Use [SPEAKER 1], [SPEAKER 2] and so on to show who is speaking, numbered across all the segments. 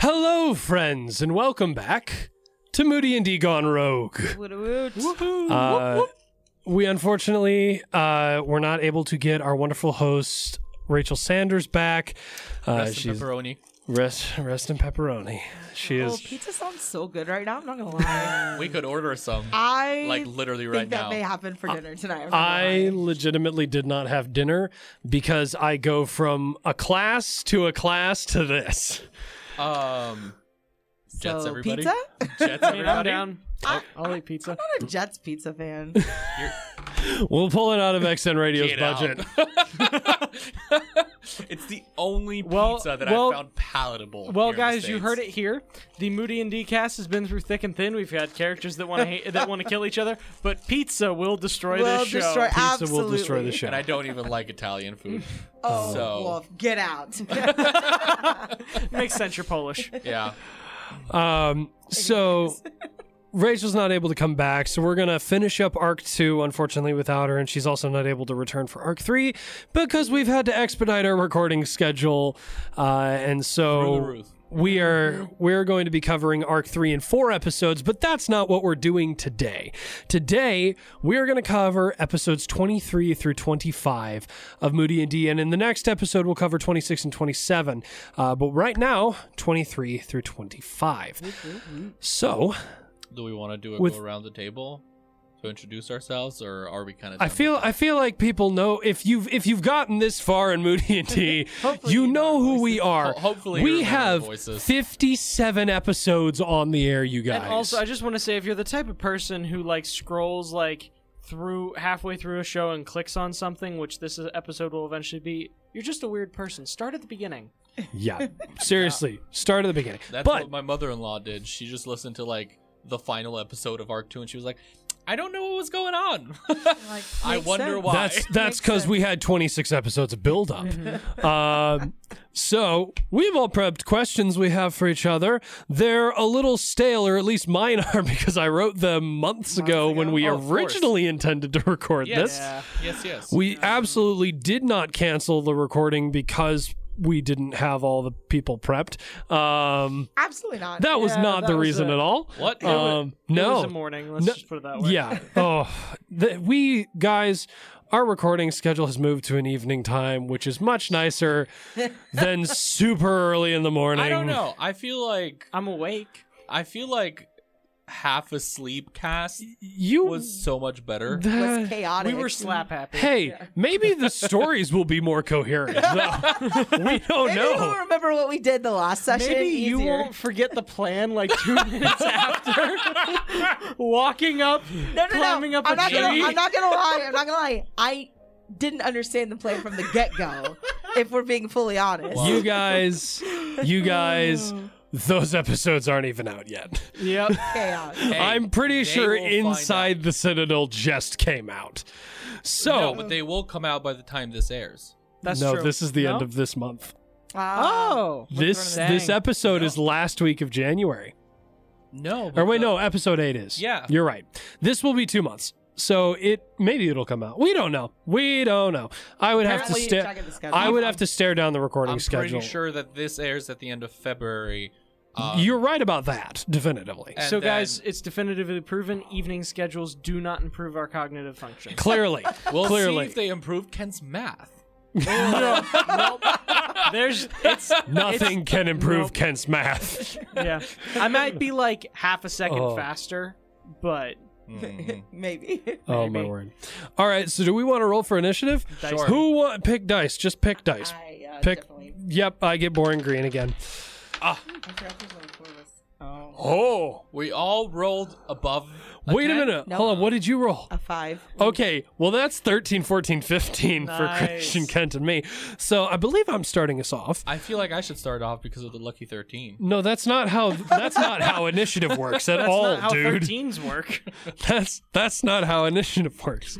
[SPEAKER 1] Hello, friends, and welcome back to Moody and Degon Rogue.
[SPEAKER 2] Woot a woot.
[SPEAKER 1] Uh, We unfortunately uh, were not able to get our wonderful host Rachel Sanders back. Uh,
[SPEAKER 3] Rest in
[SPEAKER 1] she's
[SPEAKER 3] pepperoni.
[SPEAKER 1] rest rest in pepperoni. She
[SPEAKER 2] Oh,
[SPEAKER 1] is
[SPEAKER 2] pizza sounds so good right now. I'm not gonna lie.
[SPEAKER 3] We could order some.
[SPEAKER 2] I
[SPEAKER 3] Like, literally right
[SPEAKER 2] think that
[SPEAKER 3] now. Uh,
[SPEAKER 2] may happen for dinner tonight. I'm not gonna
[SPEAKER 1] I
[SPEAKER 2] lie.
[SPEAKER 1] legitimately did not have dinner because I go from a class to a class to this.
[SPEAKER 3] Um, Jets,
[SPEAKER 2] so,
[SPEAKER 3] everybody.
[SPEAKER 2] Pizza?
[SPEAKER 3] Jets,
[SPEAKER 4] I mean, I'm
[SPEAKER 3] everybody.
[SPEAKER 4] down. I'll, I'll eat pizza.
[SPEAKER 2] I'm not a Jets pizza fan.
[SPEAKER 1] We'll pull it out of XN Radio's
[SPEAKER 3] Get
[SPEAKER 1] budget.
[SPEAKER 3] out. it's the only
[SPEAKER 4] Well-
[SPEAKER 3] pizza that
[SPEAKER 4] well-
[SPEAKER 3] I found palatable.
[SPEAKER 4] Well,
[SPEAKER 3] here in the
[SPEAKER 4] guys, you
[SPEAKER 3] States.
[SPEAKER 4] heard it here. The Moody and D cast has been through thick and thin. We've had characters that want to hate, that want to kill each other, but pizza will destroy
[SPEAKER 2] Will
[SPEAKER 4] this show.
[SPEAKER 2] destroy-
[SPEAKER 1] Pizza will destroy the
[SPEAKER 2] Absolutely.
[SPEAKER 1] show.
[SPEAKER 3] And I don't even like Italian food.
[SPEAKER 2] Oh,
[SPEAKER 3] So-
[SPEAKER 2] Wolf, get out.
[SPEAKER 4] Makes sense. You're Polish.
[SPEAKER 3] Yeah.
[SPEAKER 1] Um, so Rachel's not able to come back, so we're gonna finish up Arc Two, unfortunately, without her, and she's also not able to return for Arc Three because we've had to expedite our recording schedule, uh, and
[SPEAKER 3] Through the
[SPEAKER 1] so
[SPEAKER 3] roof.
[SPEAKER 1] we are we're going to be covering Arc Three in four episodes, but that's not what we're doing today. Today we are going to cover episodes twenty three through twenty five of Moody and D, and in the next episode we'll cover twenty six and twenty seven. Uh, but right now twenty three through twenty five. So
[SPEAKER 3] Do we want to do a
[SPEAKER 1] With-
[SPEAKER 3] go around the table to introduce ourselves, or are we kind of?
[SPEAKER 1] I feel I feel like people know if you've if you've gotten this far in Moody and T, you know who we are.
[SPEAKER 3] Ho- hopefully you
[SPEAKER 1] we
[SPEAKER 3] remember the
[SPEAKER 1] have
[SPEAKER 3] voices.
[SPEAKER 1] fifty seven episodes on the air, you guys.
[SPEAKER 4] And also, I just want to say, if you're the type of person who like scrolls like through halfway through a show and clicks on something, which this is- episode will eventually be, you're just a weird person. Start at the beginning.
[SPEAKER 1] yeah, seriously, start at the beginning.
[SPEAKER 3] That's
[SPEAKER 1] but
[SPEAKER 3] what my mother-in-law did. She just listened to like the final episode of Arc Two, and she was like, "I don't know what was going on.
[SPEAKER 2] Like,
[SPEAKER 3] I
[SPEAKER 2] makes
[SPEAKER 3] wonder
[SPEAKER 2] sense.
[SPEAKER 3] why."
[SPEAKER 1] that's that's
[SPEAKER 2] Makes
[SPEAKER 1] because
[SPEAKER 2] sense.
[SPEAKER 1] we had twenty six episodes of build up. um, so we've all prepped questions we have for each other. They're a little stale, or at least mine are, because I wrote them months, ago, when
[SPEAKER 2] ago?
[SPEAKER 1] we
[SPEAKER 4] Oh, of course.
[SPEAKER 1] originally intended to record this.
[SPEAKER 4] Yeah.
[SPEAKER 3] yes, yes.
[SPEAKER 1] We absolutely did not cancel the recording because we didn't have all the people prepped. Um,
[SPEAKER 2] Absolutely not.
[SPEAKER 1] that was
[SPEAKER 4] Yeah,
[SPEAKER 1] not
[SPEAKER 4] that
[SPEAKER 1] the
[SPEAKER 4] was
[SPEAKER 1] reason
[SPEAKER 4] it.
[SPEAKER 1] at all.
[SPEAKER 3] What?
[SPEAKER 1] Um,
[SPEAKER 4] It was a
[SPEAKER 1] no.
[SPEAKER 4] morning. Let's
[SPEAKER 1] No-
[SPEAKER 4] just put it that way.
[SPEAKER 1] Yeah. Oh, th- we guys, our recording schedule has moved to an evening time, which is much nicer than super early in the morning.
[SPEAKER 3] I don't know. I feel like
[SPEAKER 4] I'm awake.
[SPEAKER 3] I feel like half asleep cast
[SPEAKER 1] You
[SPEAKER 3] was so much better.
[SPEAKER 1] the-
[SPEAKER 2] It was chaotic.
[SPEAKER 4] We were slap happy.
[SPEAKER 1] Hey, maybe the stories will be more coherent. though. we don't
[SPEAKER 2] Maybe
[SPEAKER 1] know.
[SPEAKER 2] we'll remember what we did the last session.
[SPEAKER 4] Maybe you
[SPEAKER 2] easier.
[SPEAKER 4] won't forget the plan like two minutes after walking up,
[SPEAKER 2] No, no,
[SPEAKER 4] climbing
[SPEAKER 2] no.
[SPEAKER 4] up
[SPEAKER 2] I'm
[SPEAKER 4] a
[SPEAKER 2] not gonna.
[SPEAKER 4] tree.
[SPEAKER 2] I'm not gonna lie. I'm not gonna lie. I didn't understand the plan from the get go. if we're being fully honest.
[SPEAKER 3] Wow.
[SPEAKER 1] you guys, you guys, those episodes aren't even out yet.
[SPEAKER 4] Yep.
[SPEAKER 2] Chaos.
[SPEAKER 3] Hey,
[SPEAKER 1] I'm pretty
[SPEAKER 3] they
[SPEAKER 1] sure
[SPEAKER 3] will find
[SPEAKER 1] Inside Oh. the Citadel just came out.
[SPEAKER 3] out.
[SPEAKER 1] So,
[SPEAKER 3] No, but they will come out by the time this airs.
[SPEAKER 4] That's
[SPEAKER 1] no,
[SPEAKER 4] true.
[SPEAKER 1] this is the
[SPEAKER 4] No?
[SPEAKER 1] end of this month.
[SPEAKER 2] Ah.
[SPEAKER 4] Oh.
[SPEAKER 1] this this
[SPEAKER 4] Dang.
[SPEAKER 1] episode is last week of January.
[SPEAKER 3] No.
[SPEAKER 1] Or
[SPEAKER 3] but
[SPEAKER 1] wait,
[SPEAKER 3] the-
[SPEAKER 1] no, episode 8 is.
[SPEAKER 3] Yeah.
[SPEAKER 1] You're right. This will be 2 months. So it maybe it'll come out. We don't know. We don't know. I would have to
[SPEAKER 2] Apparently,
[SPEAKER 1] stare
[SPEAKER 2] check it the schedule.
[SPEAKER 1] I would have to stare down the recording
[SPEAKER 3] I'm
[SPEAKER 1] schedule.
[SPEAKER 3] pretty sure that this airs at the end of February. Um,
[SPEAKER 1] You're right about that, definitively.
[SPEAKER 3] and
[SPEAKER 4] so,
[SPEAKER 3] then-
[SPEAKER 4] guys, it's definitively proven evening schedules do not improve our cognitive function.
[SPEAKER 1] Clearly.
[SPEAKER 3] we'll
[SPEAKER 1] clearly.
[SPEAKER 3] see if they improve Ken's math.
[SPEAKER 4] There's, it's,
[SPEAKER 1] Nothing can improve
[SPEAKER 4] nope.
[SPEAKER 1] Kent's math.
[SPEAKER 4] yeah. I might be like half a second
[SPEAKER 1] Oh.
[SPEAKER 4] faster, but
[SPEAKER 1] Mm-hmm.
[SPEAKER 2] Maybe.
[SPEAKER 1] Oh my word! All right, so do we want to roll for initiative?
[SPEAKER 4] Dice. Sure.
[SPEAKER 1] Who want pick dice? Just pick dice.
[SPEAKER 2] I, uh,
[SPEAKER 1] pick.
[SPEAKER 2] definitely-
[SPEAKER 1] Yep, I get boring green again.
[SPEAKER 2] I forgot there's only four of us. Oh.
[SPEAKER 1] Oh,
[SPEAKER 3] We all rolled above.
[SPEAKER 1] wait a
[SPEAKER 3] ten?
[SPEAKER 1] minute.
[SPEAKER 2] No.
[SPEAKER 1] Hold on. What did you roll?
[SPEAKER 2] A five.
[SPEAKER 1] Okay, well that's 13, 14, 15
[SPEAKER 4] Nice.
[SPEAKER 1] for Christian Kent and me. So I believe I'm starting us off.
[SPEAKER 3] I feel like I should start off because of the lucky thirteen.
[SPEAKER 1] No, that's not how that's not how initiative works at
[SPEAKER 4] that's
[SPEAKER 1] all,
[SPEAKER 4] not how
[SPEAKER 1] dude.
[SPEAKER 4] 13s work.
[SPEAKER 1] that's that's not how initiative works.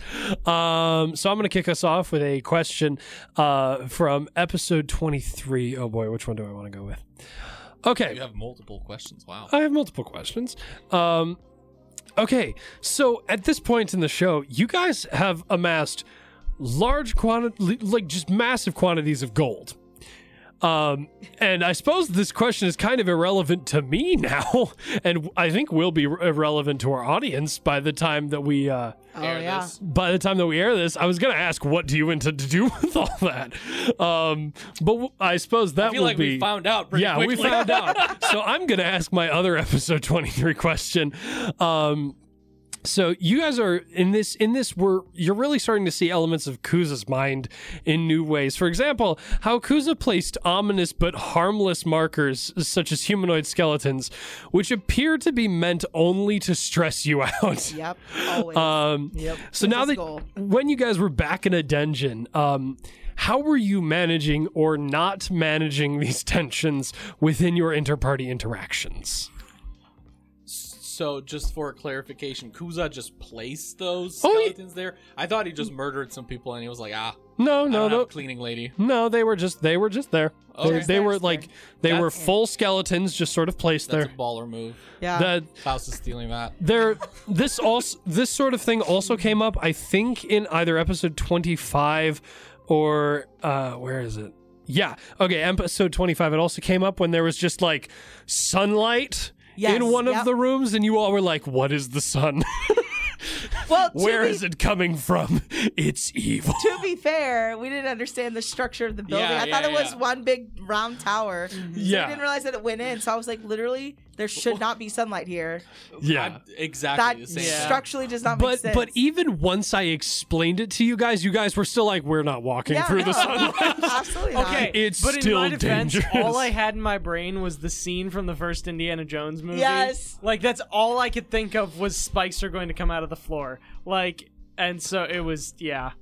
[SPEAKER 1] Um, so I'm going to kick us off with a question uh, from episode 23. Oh boy, which one do I want to go with? Okay,
[SPEAKER 3] You have multiple questions. Wow.
[SPEAKER 1] I have multiple questions. Um, okay, so at this point in the show, you guys have amassed large quantity, like just massive quantities of gold. Um, and I suppose this question is kind of irrelevant to me now, and I think will be irrelevant to our audience by the time that we uh,
[SPEAKER 2] Oh
[SPEAKER 3] Air
[SPEAKER 2] yeah.
[SPEAKER 3] this.
[SPEAKER 1] by the time that we air this. I was gonna ask, what do you intend to do with all that? Um, but w- I suppose that
[SPEAKER 3] I feel
[SPEAKER 1] will
[SPEAKER 3] like
[SPEAKER 1] be
[SPEAKER 3] we found out pretty
[SPEAKER 1] yeah,
[SPEAKER 3] quickly.
[SPEAKER 1] we found out. so I'm going to ask my other episode 23 question. Um, so you guys are in this in this we're you're really starting to see elements of Kuza's mind in new ways. For example, how Kuza placed ominous but harmless markers such as humanoid skeletons, which appear to be meant only to stress you out.
[SPEAKER 2] Yep. Always.
[SPEAKER 1] Um,
[SPEAKER 2] yep.
[SPEAKER 1] so now
[SPEAKER 2] Kuza's
[SPEAKER 1] that
[SPEAKER 2] goal.
[SPEAKER 1] when you guys were back in a dungeon, um, how were you managing or not managing these tensions within your interparty interactions?
[SPEAKER 3] So, just for clarification, Kuza just placed those
[SPEAKER 1] Oh, he-
[SPEAKER 3] skeletons there. I thought he just murdered some people, and he was like, "Ah,
[SPEAKER 1] No, no,
[SPEAKER 3] no, no,
[SPEAKER 1] no,
[SPEAKER 3] cleaning lady."
[SPEAKER 1] no. They were just they were just there.
[SPEAKER 3] Okay.
[SPEAKER 1] They,
[SPEAKER 3] Just
[SPEAKER 1] they
[SPEAKER 2] there,
[SPEAKER 1] were
[SPEAKER 2] just
[SPEAKER 1] like
[SPEAKER 2] there.
[SPEAKER 1] they were
[SPEAKER 3] That's-
[SPEAKER 1] full skeletons, just sort of placed
[SPEAKER 3] That's
[SPEAKER 1] there.
[SPEAKER 3] a baller move.
[SPEAKER 2] yeah.
[SPEAKER 1] That
[SPEAKER 3] Faust is stealing that.
[SPEAKER 1] there this also this sort of thing also came up i think in either episode 25 or uh where is it yeah okay episode 25 it also came up when there was just like sunlight
[SPEAKER 2] Yes,
[SPEAKER 1] in one of
[SPEAKER 2] yep.
[SPEAKER 1] the rooms and you all were like what is the sun
[SPEAKER 2] well,
[SPEAKER 1] where
[SPEAKER 2] to
[SPEAKER 1] is it coming from it's evil
[SPEAKER 2] Be, to be fair, we didn't understand the structure of the building.
[SPEAKER 3] Yeah,
[SPEAKER 2] I
[SPEAKER 3] yeah,
[SPEAKER 2] thought it was
[SPEAKER 3] yeah.
[SPEAKER 2] one big round tower. So I
[SPEAKER 1] yeah
[SPEAKER 2] didn't realize that it went in. So I was like, literally, there should not be sunlight here.
[SPEAKER 1] yeah
[SPEAKER 3] I'm-
[SPEAKER 2] That
[SPEAKER 3] exactly the same.
[SPEAKER 4] Yeah.
[SPEAKER 3] thing.
[SPEAKER 2] structurally does not make
[SPEAKER 1] but
[SPEAKER 2] sense.
[SPEAKER 1] but even once i explained it to you guys you guys were still like we're not walking
[SPEAKER 2] Yeah,
[SPEAKER 1] through the
[SPEAKER 2] no.
[SPEAKER 1] sunlight
[SPEAKER 2] Absolutely not.
[SPEAKER 4] Okay,
[SPEAKER 1] It's
[SPEAKER 4] but in
[SPEAKER 1] still
[SPEAKER 4] my defense,
[SPEAKER 1] dangerous.
[SPEAKER 4] all I had in my brain was the scene from the first Indiana Jones movie.
[SPEAKER 2] Yes.
[SPEAKER 4] like that's all I could think of was spikes are going to come out of the floor. Like, and so it was, yeah.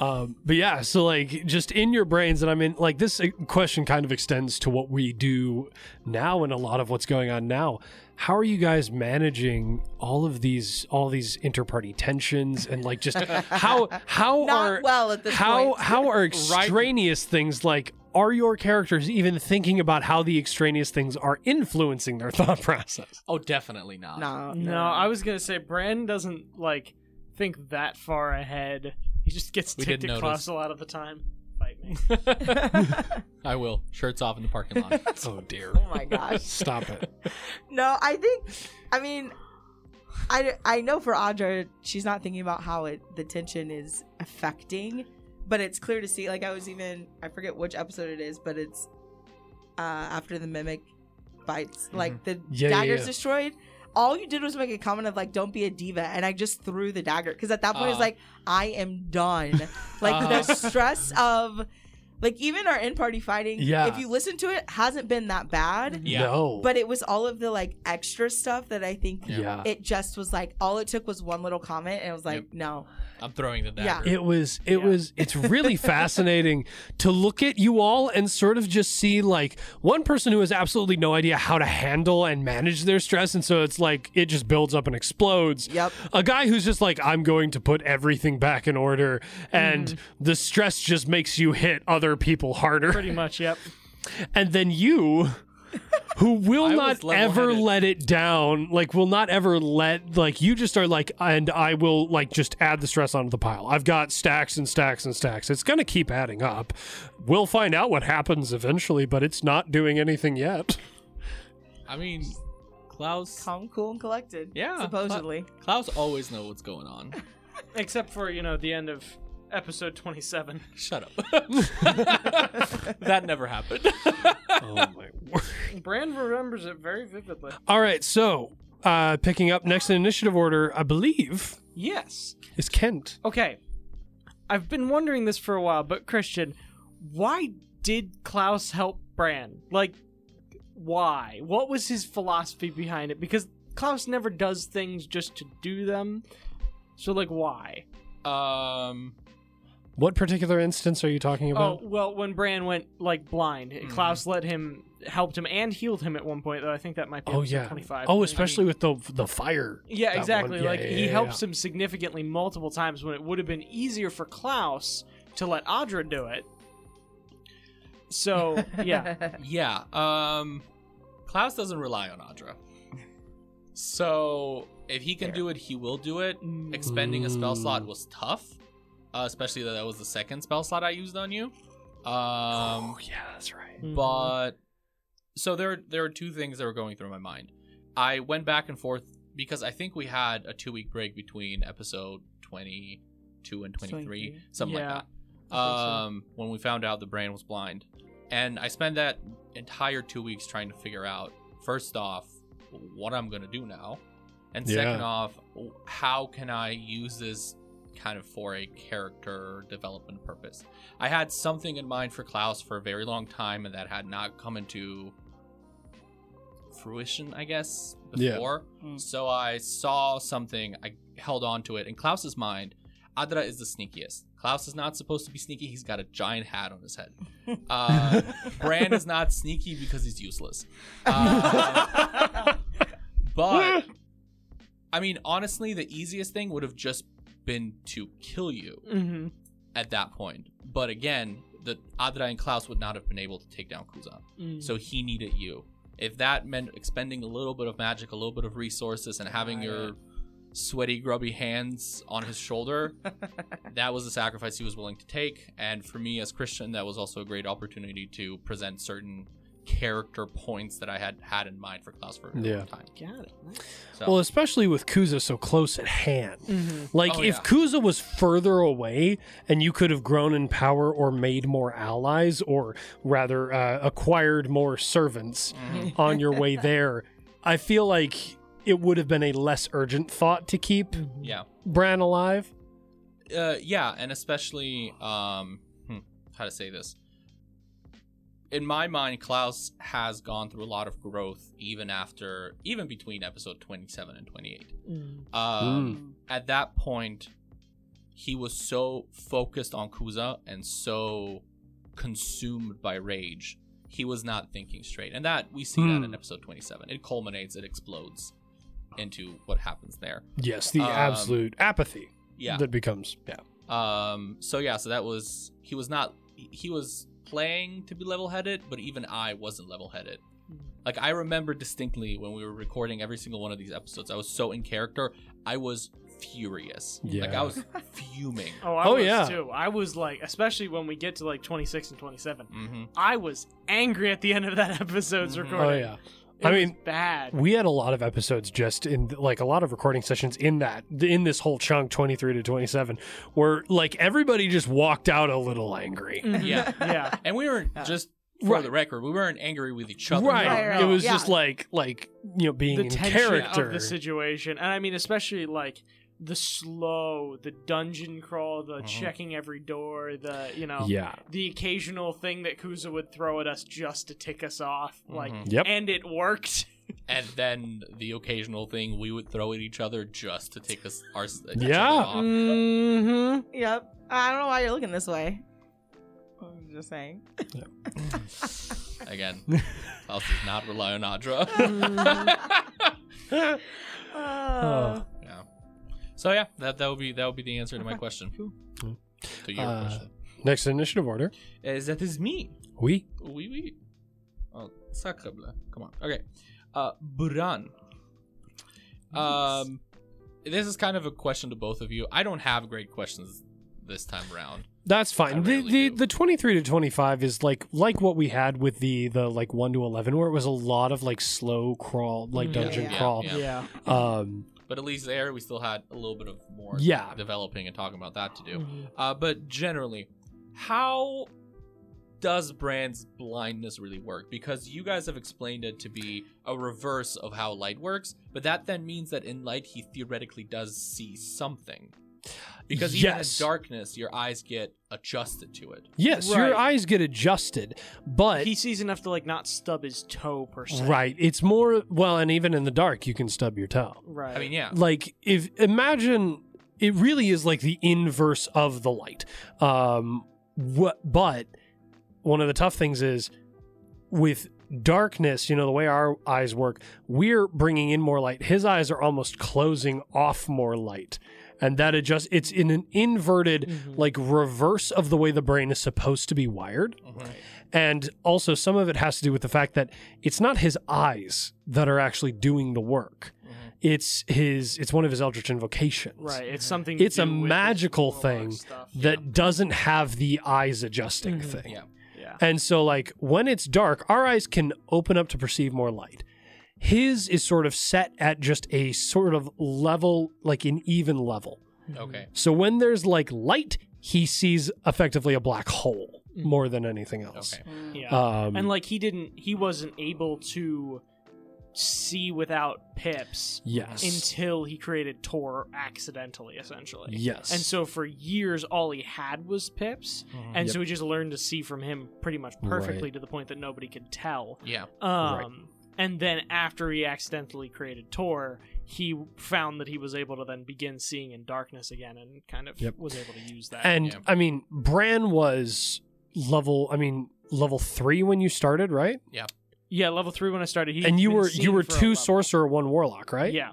[SPEAKER 1] Um, but yeah, so like just in your brains, and I mean, like this uh, question kind of extends to what we do now and a lot of what's going on now. How are you guys managing all of these all these interparty tensions and like just how how
[SPEAKER 2] Not
[SPEAKER 1] are
[SPEAKER 2] well at this
[SPEAKER 1] how
[SPEAKER 2] point.
[SPEAKER 1] how are extraneous things like are your characters even thinking about how the extraneous things are influencing their thought process?
[SPEAKER 3] Oh, definitely not.
[SPEAKER 2] No, no.
[SPEAKER 4] No, I was gonna say Brandon doesn't like think that far ahead. He just gets
[SPEAKER 3] We
[SPEAKER 4] ticked
[SPEAKER 3] didn't
[SPEAKER 4] at
[SPEAKER 3] notice.
[SPEAKER 4] class a lot of the time. Fight me.
[SPEAKER 3] I will. Shirts off in the parking lot.
[SPEAKER 1] Oh dear!
[SPEAKER 2] oh my gosh.
[SPEAKER 1] Stop it!
[SPEAKER 2] No, I think, I mean, I, I know for Audra, she's not thinking about how it the tension is affecting, but it's clear to see. Like I was even I forget which episode it is, but it's uh, after the mimic bites, like the
[SPEAKER 1] Mm-hmm. Yeah, yeah,
[SPEAKER 2] dagger's
[SPEAKER 1] yeah.
[SPEAKER 2] destroyed. All you did was make a comment of like, "Don't be a diva," and I just threw the dagger because at that point it's
[SPEAKER 1] Ah.
[SPEAKER 3] Uh-huh.
[SPEAKER 2] like, "I am done." like
[SPEAKER 3] Uh-huh.
[SPEAKER 2] the stress of, like even our in party fighting.
[SPEAKER 1] Yeah.
[SPEAKER 2] if you listen to it, hasn't been that bad
[SPEAKER 3] Yeah.
[SPEAKER 1] No,
[SPEAKER 2] but it was all of the like extra stuff that I think
[SPEAKER 3] Yeah.
[SPEAKER 1] yeah.
[SPEAKER 2] it just was like all it took was one little comment and it was like
[SPEAKER 3] Yep.
[SPEAKER 2] no
[SPEAKER 3] I'm throwing the
[SPEAKER 2] Yeah.
[SPEAKER 3] dagger.
[SPEAKER 1] It was it
[SPEAKER 4] Yeah.
[SPEAKER 1] was it's really fascinating to look at you all and sort of just see like one person who has absolutely no idea how to handle and manage their stress and so it's like it just builds up and explodes.
[SPEAKER 2] Yep.
[SPEAKER 1] A guy who's just like I'm going to put everything back in order and the stress just makes you hit other people harder.
[SPEAKER 4] Pretty much, yep.
[SPEAKER 1] And then you who will
[SPEAKER 3] I
[SPEAKER 1] not
[SPEAKER 3] was
[SPEAKER 1] ever
[SPEAKER 3] level-headed.
[SPEAKER 1] let it down, like will not ever let like you just are like and I will like just add the stress onto the pile. I've got stacks and stacks and stacks. It's gonna keep adding up. We'll find out what happens eventually, but it's not doing anything yet.
[SPEAKER 3] I mean, Klaus.
[SPEAKER 2] calm cool and collected
[SPEAKER 3] Yeah,
[SPEAKER 2] supposedly
[SPEAKER 3] Klaus always know what's going on.
[SPEAKER 4] Except for you know the end of episode twenty-seven.
[SPEAKER 3] Shut up. that never happened.
[SPEAKER 1] oh my word.
[SPEAKER 4] Brand remembers it very vividly.
[SPEAKER 1] All right, so uh picking up next in initiative order, I believe,
[SPEAKER 4] Yes.
[SPEAKER 1] is Kent.
[SPEAKER 4] Okay. I've been wondering this for a while, but Christian, why did Klaus help Bran? Like, why? What was his philosophy behind it? Because Klaus never does things just to do them. So, like, why?
[SPEAKER 3] Um,
[SPEAKER 1] What particular instance are you talking
[SPEAKER 4] Oh,
[SPEAKER 1] about?
[SPEAKER 4] well, when Bran went, like, blind,
[SPEAKER 1] Mm-hmm.
[SPEAKER 4] Klaus let him, helped him, and healed him at one point, though I think that might be
[SPEAKER 1] Oh,
[SPEAKER 4] episode
[SPEAKER 1] yeah.
[SPEAKER 4] 25.
[SPEAKER 1] Oh,
[SPEAKER 4] when
[SPEAKER 1] especially
[SPEAKER 4] he-
[SPEAKER 1] with the the fire.
[SPEAKER 4] Yeah,
[SPEAKER 1] that one.
[SPEAKER 4] exactly.
[SPEAKER 1] Yeah,
[SPEAKER 4] like
[SPEAKER 1] yeah,
[SPEAKER 4] he
[SPEAKER 1] yeah,
[SPEAKER 4] helps
[SPEAKER 1] yeah.
[SPEAKER 4] him significantly multiple times when it would have been easier for Klaus to let Audra do it. So yeah,
[SPEAKER 3] yeah. Um, Klaus doesn't rely on Audra. So if he can do it, he will do it. Expending a spell
[SPEAKER 1] Mm.
[SPEAKER 3] slot was tough, uh, especially that that was the second spell slot I used on you. Um,
[SPEAKER 1] oh yeah, that's right.
[SPEAKER 4] Mm-hmm.
[SPEAKER 3] but so there there are two things that were going through my mind. I went back and forth because I think we had a two week break between episode twenty two and twenty three,
[SPEAKER 2] 23.
[SPEAKER 3] something
[SPEAKER 4] Yeah,
[SPEAKER 3] like that.
[SPEAKER 4] I
[SPEAKER 3] Um, when we found out the brand was blind, and I spent that entire two weeks trying to figure out first off what I'm gonna do now, and
[SPEAKER 1] Yeah.
[SPEAKER 3] second off how can I use this kind of for a character development purpose. I had something in mind for Klaus for a very long time, and that had not come into fruition, I guess,
[SPEAKER 1] Yeah.
[SPEAKER 3] before.
[SPEAKER 2] Mm.
[SPEAKER 3] So I saw something, I held on to it. In Klaus's mind, Adra is the sneakiest. Klaus is not supposed to be sneaky. He's got a giant hat on his head. Uh, Bran is not sneaky because he's useless. Uh,
[SPEAKER 4] Mm-hmm.
[SPEAKER 3] but I mean, honestly, the easiest thing would have just been to kill you
[SPEAKER 4] hmm
[SPEAKER 3] at that point. But again, the Adra and Klaus would not have been able to take down Kuzan.
[SPEAKER 4] Mm-hmm.
[SPEAKER 3] So he needed you. If that meant expending a little bit of magic, a little bit of resources, and having
[SPEAKER 2] Got
[SPEAKER 3] your sweaty, grubby hands on his shoulder, that was a sacrifice he was willing to take. And for me as Christian, that was also a great opportunity to present certain character points that I had had in mind for Klaus for a long
[SPEAKER 1] Yeah.
[SPEAKER 3] time.
[SPEAKER 4] got it.
[SPEAKER 3] So,
[SPEAKER 1] Well, especially with Kuza so close at hand.
[SPEAKER 4] Mm-hmm.
[SPEAKER 1] Like
[SPEAKER 3] Oh,
[SPEAKER 1] if
[SPEAKER 3] yeah.
[SPEAKER 1] Kuza was further away and you could have grown in power or made more allies or rather uh, acquired more servants
[SPEAKER 3] mhm.
[SPEAKER 1] on your way there, I feel like it would have been a less urgent thought to keep
[SPEAKER 3] yeah.
[SPEAKER 1] Bran alive.
[SPEAKER 3] uh, yeah, and especially um, hmm, how to say this. In my mind, Klaus has gone through a lot of growth, even after, even between episode twenty-seven and twenty-eight.
[SPEAKER 4] Mm-hmm.
[SPEAKER 1] Hmm.
[SPEAKER 3] Um, At that point, he was so focused on Kuza and so consumed by rage, he was not thinking straight, and that we see that
[SPEAKER 1] Hmm.
[SPEAKER 3] in episode twenty-seven. It culminates, it explodes into what happens there.
[SPEAKER 1] Yes, the
[SPEAKER 3] Um,
[SPEAKER 1] absolute apathy
[SPEAKER 3] Yeah,
[SPEAKER 1] that becomes. Yeah.
[SPEAKER 3] Um. So yeah. So that was he was not he he was playing to be level-headed, but even I wasn't level-headed.
[SPEAKER 1] Hmm.
[SPEAKER 3] Like I remember distinctly when we were recording every single one of these episodes, I was so in character, I was furious. Like
[SPEAKER 1] Yeah.
[SPEAKER 3] I was fuming.
[SPEAKER 4] Oh, I
[SPEAKER 1] Oh,
[SPEAKER 4] was
[SPEAKER 1] yeah.
[SPEAKER 4] too. I was like, especially when we get to like 26 and 27,
[SPEAKER 3] hmm
[SPEAKER 4] I was angry at the end of that episode's
[SPEAKER 3] Mhm.
[SPEAKER 1] Oh
[SPEAKER 4] recording.
[SPEAKER 1] yeah.
[SPEAKER 4] It
[SPEAKER 1] I
[SPEAKER 4] was
[SPEAKER 1] mean,
[SPEAKER 4] bad.
[SPEAKER 1] We had a lot of episodes just in like a lot of recording sessions in that in this whole chunk 23 to 27 where like everybody just walked out a little angry.
[SPEAKER 4] Mhm.
[SPEAKER 3] Yeah.
[SPEAKER 4] yeah.
[SPEAKER 3] And we weren't
[SPEAKER 2] Yeah.
[SPEAKER 3] just for
[SPEAKER 1] Right.
[SPEAKER 3] the record, we weren't angry with each other.
[SPEAKER 1] Right.
[SPEAKER 2] Right,
[SPEAKER 1] It was
[SPEAKER 2] yeah.
[SPEAKER 1] just like like you know being
[SPEAKER 4] the
[SPEAKER 1] in
[SPEAKER 4] tension
[SPEAKER 1] character.
[SPEAKER 4] of the situation, and I mean, especially like the slow, the dungeon crawl, the
[SPEAKER 3] Mhm.
[SPEAKER 4] checking every door, the you know,
[SPEAKER 1] Uh-huh. Yeah.
[SPEAKER 4] the occasional thing that Kuza would throw at us just to tick us off, like,
[SPEAKER 3] Mhm.
[SPEAKER 1] Mm-hmm. Yep.
[SPEAKER 4] and it worked.
[SPEAKER 3] And then the occasional thing we would throw at each other just to take us our each other
[SPEAKER 1] Yeah.
[SPEAKER 3] off.
[SPEAKER 2] Mm,
[SPEAKER 4] Mm-hmm.
[SPEAKER 2] Yep. I don't know why you're looking this way. I'm just saying.
[SPEAKER 1] Mm.
[SPEAKER 3] again. Klaus does not rely on Adra.
[SPEAKER 2] Uh,
[SPEAKER 3] Oh. Yeah. So yeah, that that would be that would be the answer to my question.
[SPEAKER 1] Cool.
[SPEAKER 3] To your
[SPEAKER 1] Uh,
[SPEAKER 3] question.
[SPEAKER 1] Next initiative order.
[SPEAKER 3] Is that is me?
[SPEAKER 1] We
[SPEAKER 3] Oui oui. Oh, sacrebleu. Come on. Okay. Uh Buran. Um this is kind of a question to both of you. I don't have great questions this time around.
[SPEAKER 1] That's
[SPEAKER 3] I
[SPEAKER 1] fine. The
[SPEAKER 3] rarely
[SPEAKER 1] the,
[SPEAKER 3] do.
[SPEAKER 1] the 23 to 25 is like like what we had with the the like 1 to 11 where it was a lot of like slow crawl like
[SPEAKER 4] Yeah,
[SPEAKER 1] dungeon
[SPEAKER 2] yeah,
[SPEAKER 1] crawl.
[SPEAKER 3] Yeah.
[SPEAKER 1] Um
[SPEAKER 3] But at least there we still had a little bit of more
[SPEAKER 1] Yeah.
[SPEAKER 3] developing and talking about that to do. Uh, but generally, how does Brand's blindness really work? Because you guys have explained it to be a reverse of how light works, but that then means that in light he theoretically does see something. Because even
[SPEAKER 1] Yes.
[SPEAKER 3] in darkness, your eyes get adjusted to it.
[SPEAKER 1] yes,
[SPEAKER 4] Right.
[SPEAKER 1] your eyes get adjusted, but
[SPEAKER 4] He sees enough to like not stub his toe per se.
[SPEAKER 1] Right. It's more well, and even in the dark, you can stub your toe.
[SPEAKER 4] Right.
[SPEAKER 3] I mean, yeah.
[SPEAKER 1] Like if imagine it really is like the inverse of the light. Um, what? But one of the tough things is with darkness. You know the way our eyes work. We're bringing in more light. His eyes are almost closing off more light, and that adjusts. It's in an inverted,
[SPEAKER 4] Mhm.
[SPEAKER 1] like reverse of the way the brain is supposed to be wired.
[SPEAKER 3] Mhm.
[SPEAKER 1] And also, some of it has to do with the fact that it's not his eyes that are actually doing the work.
[SPEAKER 3] Mhm.
[SPEAKER 1] It's his. It's one of his eldritch invocations.
[SPEAKER 4] Right. It's something.
[SPEAKER 1] It's a magical thing
[SPEAKER 4] Stuff.
[SPEAKER 1] That doesn't have the eyes adjusting
[SPEAKER 4] Mhm.
[SPEAKER 1] thing.
[SPEAKER 3] Yeah.
[SPEAKER 4] Yeah.
[SPEAKER 1] And so, like, when it's dark, our eyes can open up to perceive more light. His is sort of set at just a sort of level, like an even level.
[SPEAKER 3] Okay.
[SPEAKER 1] So when there's like light, he sees effectively a black hole
[SPEAKER 4] Mhm.
[SPEAKER 1] more than anything else.
[SPEAKER 3] Okay.
[SPEAKER 4] Yeah.
[SPEAKER 1] Um,
[SPEAKER 4] and like he didn't, he wasn't able to see without pips
[SPEAKER 1] yes,
[SPEAKER 4] until he created Tor accidentally, essentially.
[SPEAKER 1] yes,
[SPEAKER 4] And so for years, all he had was pips,
[SPEAKER 1] Yep.
[SPEAKER 4] and so he just learned to see from him pretty much perfectly
[SPEAKER 1] Right.
[SPEAKER 4] to the point that nobody could tell.
[SPEAKER 3] Yeah.
[SPEAKER 4] Um, And then after he accidentally created Tor, he found that he was able to then begin seeing in darkness again, and kind of
[SPEAKER 1] Yep.
[SPEAKER 4] was able to use that.
[SPEAKER 1] and
[SPEAKER 3] yeah.
[SPEAKER 1] I mean, Bran was level. I mean, level three when you started, right?
[SPEAKER 4] yeah, level three when I started, he
[SPEAKER 1] and you were you were two sorcerer, one warlock, right?
[SPEAKER 4] Yeah.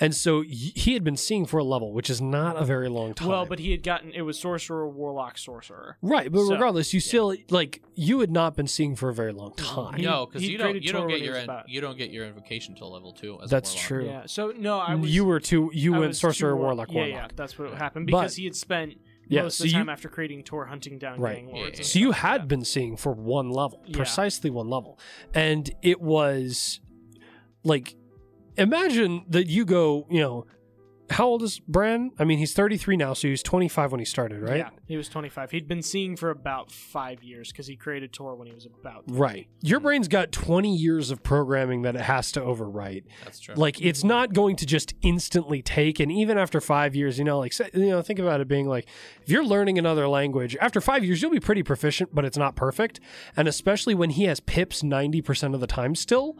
[SPEAKER 1] And so y- he had been seeing for a level, which is not a very long time.
[SPEAKER 4] Well, but he had gotten it was sorcerer, warlock, sorcerer.
[SPEAKER 1] right, but
[SPEAKER 4] so,
[SPEAKER 1] regardless, you still like you had not been seeing for a very long time.
[SPEAKER 4] He-
[SPEAKER 3] no, because
[SPEAKER 4] he
[SPEAKER 3] you don't
[SPEAKER 4] created
[SPEAKER 3] you don't
[SPEAKER 4] Tor
[SPEAKER 3] get
[SPEAKER 4] when he
[SPEAKER 3] your
[SPEAKER 4] was
[SPEAKER 3] in-
[SPEAKER 4] about-
[SPEAKER 3] you don't get your invocation till level two. As a
[SPEAKER 1] That's
[SPEAKER 3] warlock.
[SPEAKER 1] true.
[SPEAKER 4] Yeah. So no, I was
[SPEAKER 1] you were two. You
[SPEAKER 4] I
[SPEAKER 1] went
[SPEAKER 4] was
[SPEAKER 1] sorcerer,
[SPEAKER 4] two war-
[SPEAKER 1] warlock,
[SPEAKER 4] yeah,
[SPEAKER 1] warlock.
[SPEAKER 4] Yeah, that's what happened
[SPEAKER 1] But-
[SPEAKER 4] because he had spent
[SPEAKER 1] Yeah,
[SPEAKER 4] most
[SPEAKER 1] so
[SPEAKER 4] of the
[SPEAKER 1] you-
[SPEAKER 4] time after creating Tor hunting down
[SPEAKER 1] Right.
[SPEAKER 4] gang lords.
[SPEAKER 3] Yeah,
[SPEAKER 4] and
[SPEAKER 1] So you
[SPEAKER 4] stuff like
[SPEAKER 1] had
[SPEAKER 4] that.
[SPEAKER 1] been seeing for one level,
[SPEAKER 4] Yeah.
[SPEAKER 1] precisely one level. And it was like imagine that you go, you know, how old is Bran? I mean, he's 33 now, so he was 25 when he started, right?
[SPEAKER 4] Yeah, he was 25. He'd been seeing for about five years because he created Tor when he was about.
[SPEAKER 1] Right.
[SPEAKER 4] Mm-hmm.
[SPEAKER 1] Your brain's got 20 years of programming that it has to overwrite.
[SPEAKER 3] That's true.
[SPEAKER 1] Like it's not going to just instantly take and even after 5 years, you know, like say- you know, think about it being like if you're learning another language, after 5 years you'll be pretty proficient, but it's not perfect. And especially when he has pips 90% of the time still,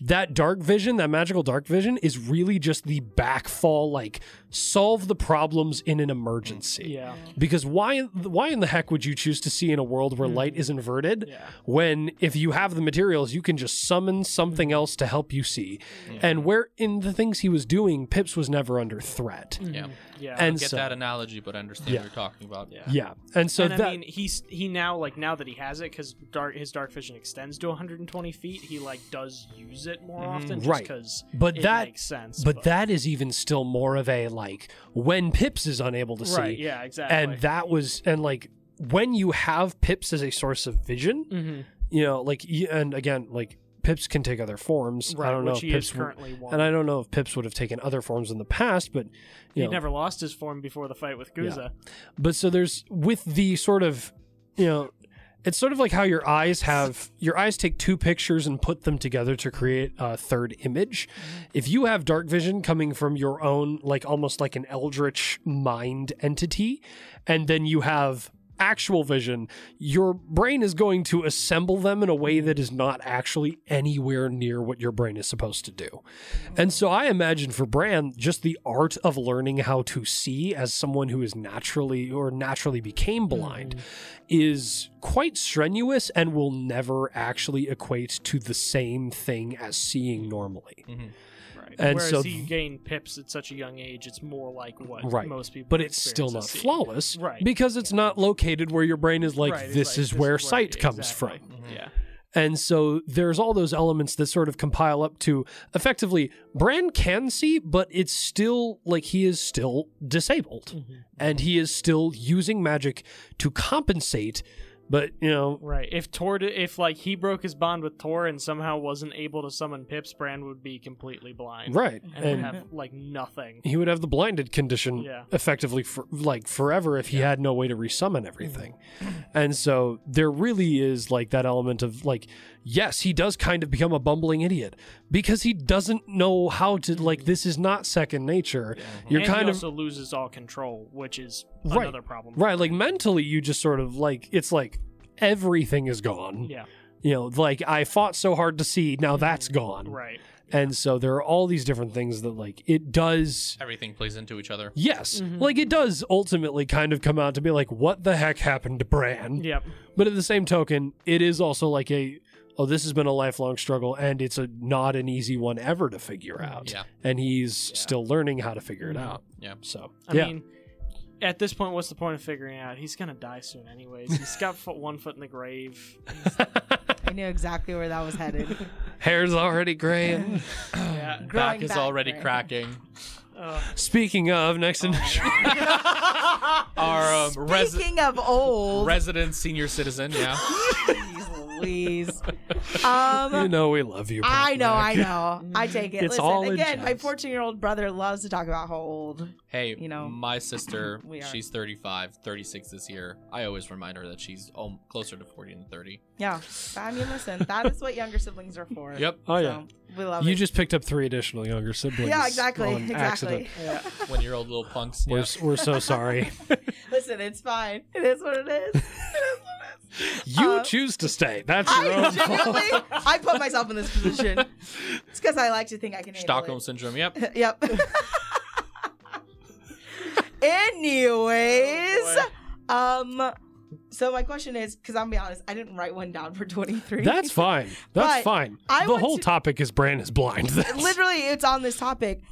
[SPEAKER 1] that dark vision, that magical dark vision, is really just the backfall, like solve the problems in an emergency.
[SPEAKER 4] Yeah,
[SPEAKER 1] Because why why in the heck would you choose to see in a world where light is inverted
[SPEAKER 4] Hmm. yeah.
[SPEAKER 1] when if you have the materials you can just summon
[SPEAKER 4] Hmm.
[SPEAKER 1] something else to help you see?
[SPEAKER 3] Yeah.
[SPEAKER 1] And where in the things he was doing, Pips was never under threat.
[SPEAKER 3] Yeah.
[SPEAKER 4] Hmm. Yeah.
[SPEAKER 1] And
[SPEAKER 3] get
[SPEAKER 1] so
[SPEAKER 3] that analogy, but understand
[SPEAKER 1] Yeah.
[SPEAKER 3] what you're talking about.
[SPEAKER 4] yeah.
[SPEAKER 1] yeah. And so
[SPEAKER 4] and
[SPEAKER 1] that
[SPEAKER 4] I mean, he's he now like now that he has it because dark his dark vision extends to 120 feet. He like does use it more often, just
[SPEAKER 1] Mm-hmm. Right.
[SPEAKER 4] Because
[SPEAKER 1] But
[SPEAKER 4] it
[SPEAKER 1] that-
[SPEAKER 4] makes sense.
[SPEAKER 1] but that is even still more of a like when Pips is unable to see.
[SPEAKER 4] right, yeah, exactly.
[SPEAKER 1] And that was and like when you have Pips as a source of vision,
[SPEAKER 4] Mhm.
[SPEAKER 1] you know, like, y- and again, like Pips can take other forms.
[SPEAKER 4] right,
[SPEAKER 1] I don't know
[SPEAKER 4] which
[SPEAKER 1] if
[SPEAKER 4] he is
[SPEAKER 1] Pips, w-
[SPEAKER 4] currently one.
[SPEAKER 1] and I don't know if Pips would have taken other forms in the past, but you
[SPEAKER 4] he
[SPEAKER 1] know,
[SPEAKER 4] never lost his form before the fight with Guza.
[SPEAKER 1] but so there's with the sort of, you know, it's sort of like how your eyes have your eyes take two pictures and put them together to create a third image. If you have dark vision coming from your own, like almost like an eldritch mind entity, and then you have actual vision, your brain is going to assemble them in a way that is not actually anywhere near what your brain is supposed to do. And so I imagine for Bran, just the art of learning how to see as someone who is naturally or naturally became blind
[SPEAKER 4] Mm-hmm.
[SPEAKER 1] is quite strenuous and will never actually equate to the same thing as seeing normally.
[SPEAKER 3] Mhm.
[SPEAKER 4] Right.
[SPEAKER 1] And
[SPEAKER 4] Whereas
[SPEAKER 1] so
[SPEAKER 4] he
[SPEAKER 1] th-
[SPEAKER 4] gained pips at such a young age, it's more like what
[SPEAKER 1] Right.
[SPEAKER 4] most people.
[SPEAKER 1] But it's still not
[SPEAKER 4] experience as
[SPEAKER 1] flawless
[SPEAKER 4] Right.
[SPEAKER 1] because it's not located where your brain is like,
[SPEAKER 4] Right, it's
[SPEAKER 1] this
[SPEAKER 4] like,
[SPEAKER 1] is where sight comes
[SPEAKER 4] exactly.
[SPEAKER 1] from. Mm-hmm.
[SPEAKER 3] Mhm.
[SPEAKER 4] Yeah.
[SPEAKER 1] And so there's all those elements that sort of compile up to effectively Bran can see, but it's still like he is still disabled
[SPEAKER 4] Mm-hmm.
[SPEAKER 1] and he is still using magic to compensate. But, you know,
[SPEAKER 4] Right. If Tor, di- if like he broke his bond with Tor and somehow wasn't able to summon Pips, Brand would be completely blind.
[SPEAKER 1] right.
[SPEAKER 4] And, would
[SPEAKER 1] And
[SPEAKER 4] have like nothing.
[SPEAKER 1] he would have the blinded condition
[SPEAKER 4] Yeah.
[SPEAKER 1] effectively for, like forever if he had no way to resummon everything.
[SPEAKER 4] Mm-hmm.
[SPEAKER 1] And so there really is like that element of like, yes, he does kind of become a bumbling idiot because he doesn't know how to, like, this is not second nature. You're
[SPEAKER 4] and
[SPEAKER 1] kind
[SPEAKER 4] he
[SPEAKER 1] of.
[SPEAKER 4] also loses all control, which is
[SPEAKER 1] Right.
[SPEAKER 4] another problem.
[SPEAKER 1] Right, like mentally, you just sort of like it's like everything is gone.
[SPEAKER 4] Yeah. Mm-hmm.
[SPEAKER 1] You know, like I fought so hard to see, now that's gone.
[SPEAKER 4] Right.
[SPEAKER 1] And so there are all these different things that like it does.
[SPEAKER 3] Everything plays into each other.
[SPEAKER 1] Yes,
[SPEAKER 2] Mm-hmm.
[SPEAKER 1] like it does ultimately kind of come out to be like, what the heck happened to Bran?
[SPEAKER 4] Yep.
[SPEAKER 1] But at the same token, it is also like a, oh, this has been a lifelong struggle, and it's a not an easy one ever to figure out.
[SPEAKER 3] Yeah.
[SPEAKER 1] And he's still learning how to figure it
[SPEAKER 4] Mhm.
[SPEAKER 1] out.
[SPEAKER 3] Yeah.
[SPEAKER 1] So
[SPEAKER 4] I
[SPEAKER 1] yeah,
[SPEAKER 4] mean, at this point, what's the point of figuring out? He's gonna die soon, anyways. He's got foot, one foot in the grave.
[SPEAKER 2] I knew exactly where that was headed.
[SPEAKER 1] hair's already graying.
[SPEAKER 4] Yeah.
[SPEAKER 2] Growing
[SPEAKER 3] back is
[SPEAKER 2] back,
[SPEAKER 3] already
[SPEAKER 2] right?
[SPEAKER 3] cracking.
[SPEAKER 1] Speaking of, next
[SPEAKER 4] oh
[SPEAKER 1] in
[SPEAKER 3] Our um, res-
[SPEAKER 2] Speaking of old,
[SPEAKER 3] resident senior citizen, yeah.
[SPEAKER 2] Jeez Louise. Um,
[SPEAKER 1] you know we love you.
[SPEAKER 2] I know,
[SPEAKER 1] Breakneck.
[SPEAKER 2] I know. I take it.
[SPEAKER 1] It's
[SPEAKER 2] Listen,
[SPEAKER 1] all in
[SPEAKER 2] again, my
[SPEAKER 1] jest.
[SPEAKER 2] 14 year old brother loves to talk about how old.
[SPEAKER 3] Hey,
[SPEAKER 2] You know,
[SPEAKER 3] my sister,
[SPEAKER 2] we are.
[SPEAKER 3] she's 35, 36 this year. I always remind her that she's um, closer to 40 than 30.
[SPEAKER 2] Yeah. I mean, listen, that is what younger siblings are for.
[SPEAKER 3] Yep,
[SPEAKER 1] Oh yeah.
[SPEAKER 2] So, we love
[SPEAKER 1] You
[SPEAKER 2] it.
[SPEAKER 1] just picked up three additional younger siblings.
[SPEAKER 2] yeah, exactly.
[SPEAKER 1] on
[SPEAKER 2] Exactly.
[SPEAKER 1] accident.
[SPEAKER 3] when you're old little punks.
[SPEAKER 1] We're,
[SPEAKER 3] Yeah.
[SPEAKER 1] we're so sorry.
[SPEAKER 2] Listen, it's fine. It is what it is. It is what it is.
[SPEAKER 1] You
[SPEAKER 2] Uh,
[SPEAKER 1] choose to stay. That's your
[SPEAKER 2] I
[SPEAKER 1] own fault.
[SPEAKER 2] genuinely, I put myself in this position. It's because I like to think I can handle
[SPEAKER 3] Stockholm
[SPEAKER 2] it.
[SPEAKER 3] syndrome. Yep.
[SPEAKER 2] yep. Anyways, um, so my question is because I'm gonna be honest, I didn't write one down for 23.
[SPEAKER 1] That's fine. That's
[SPEAKER 2] But
[SPEAKER 1] fine.
[SPEAKER 2] I
[SPEAKER 1] the
[SPEAKER 2] want
[SPEAKER 1] whole
[SPEAKER 2] to-
[SPEAKER 1] topic is Bran is blind. That's-
[SPEAKER 2] literally it's on this topic.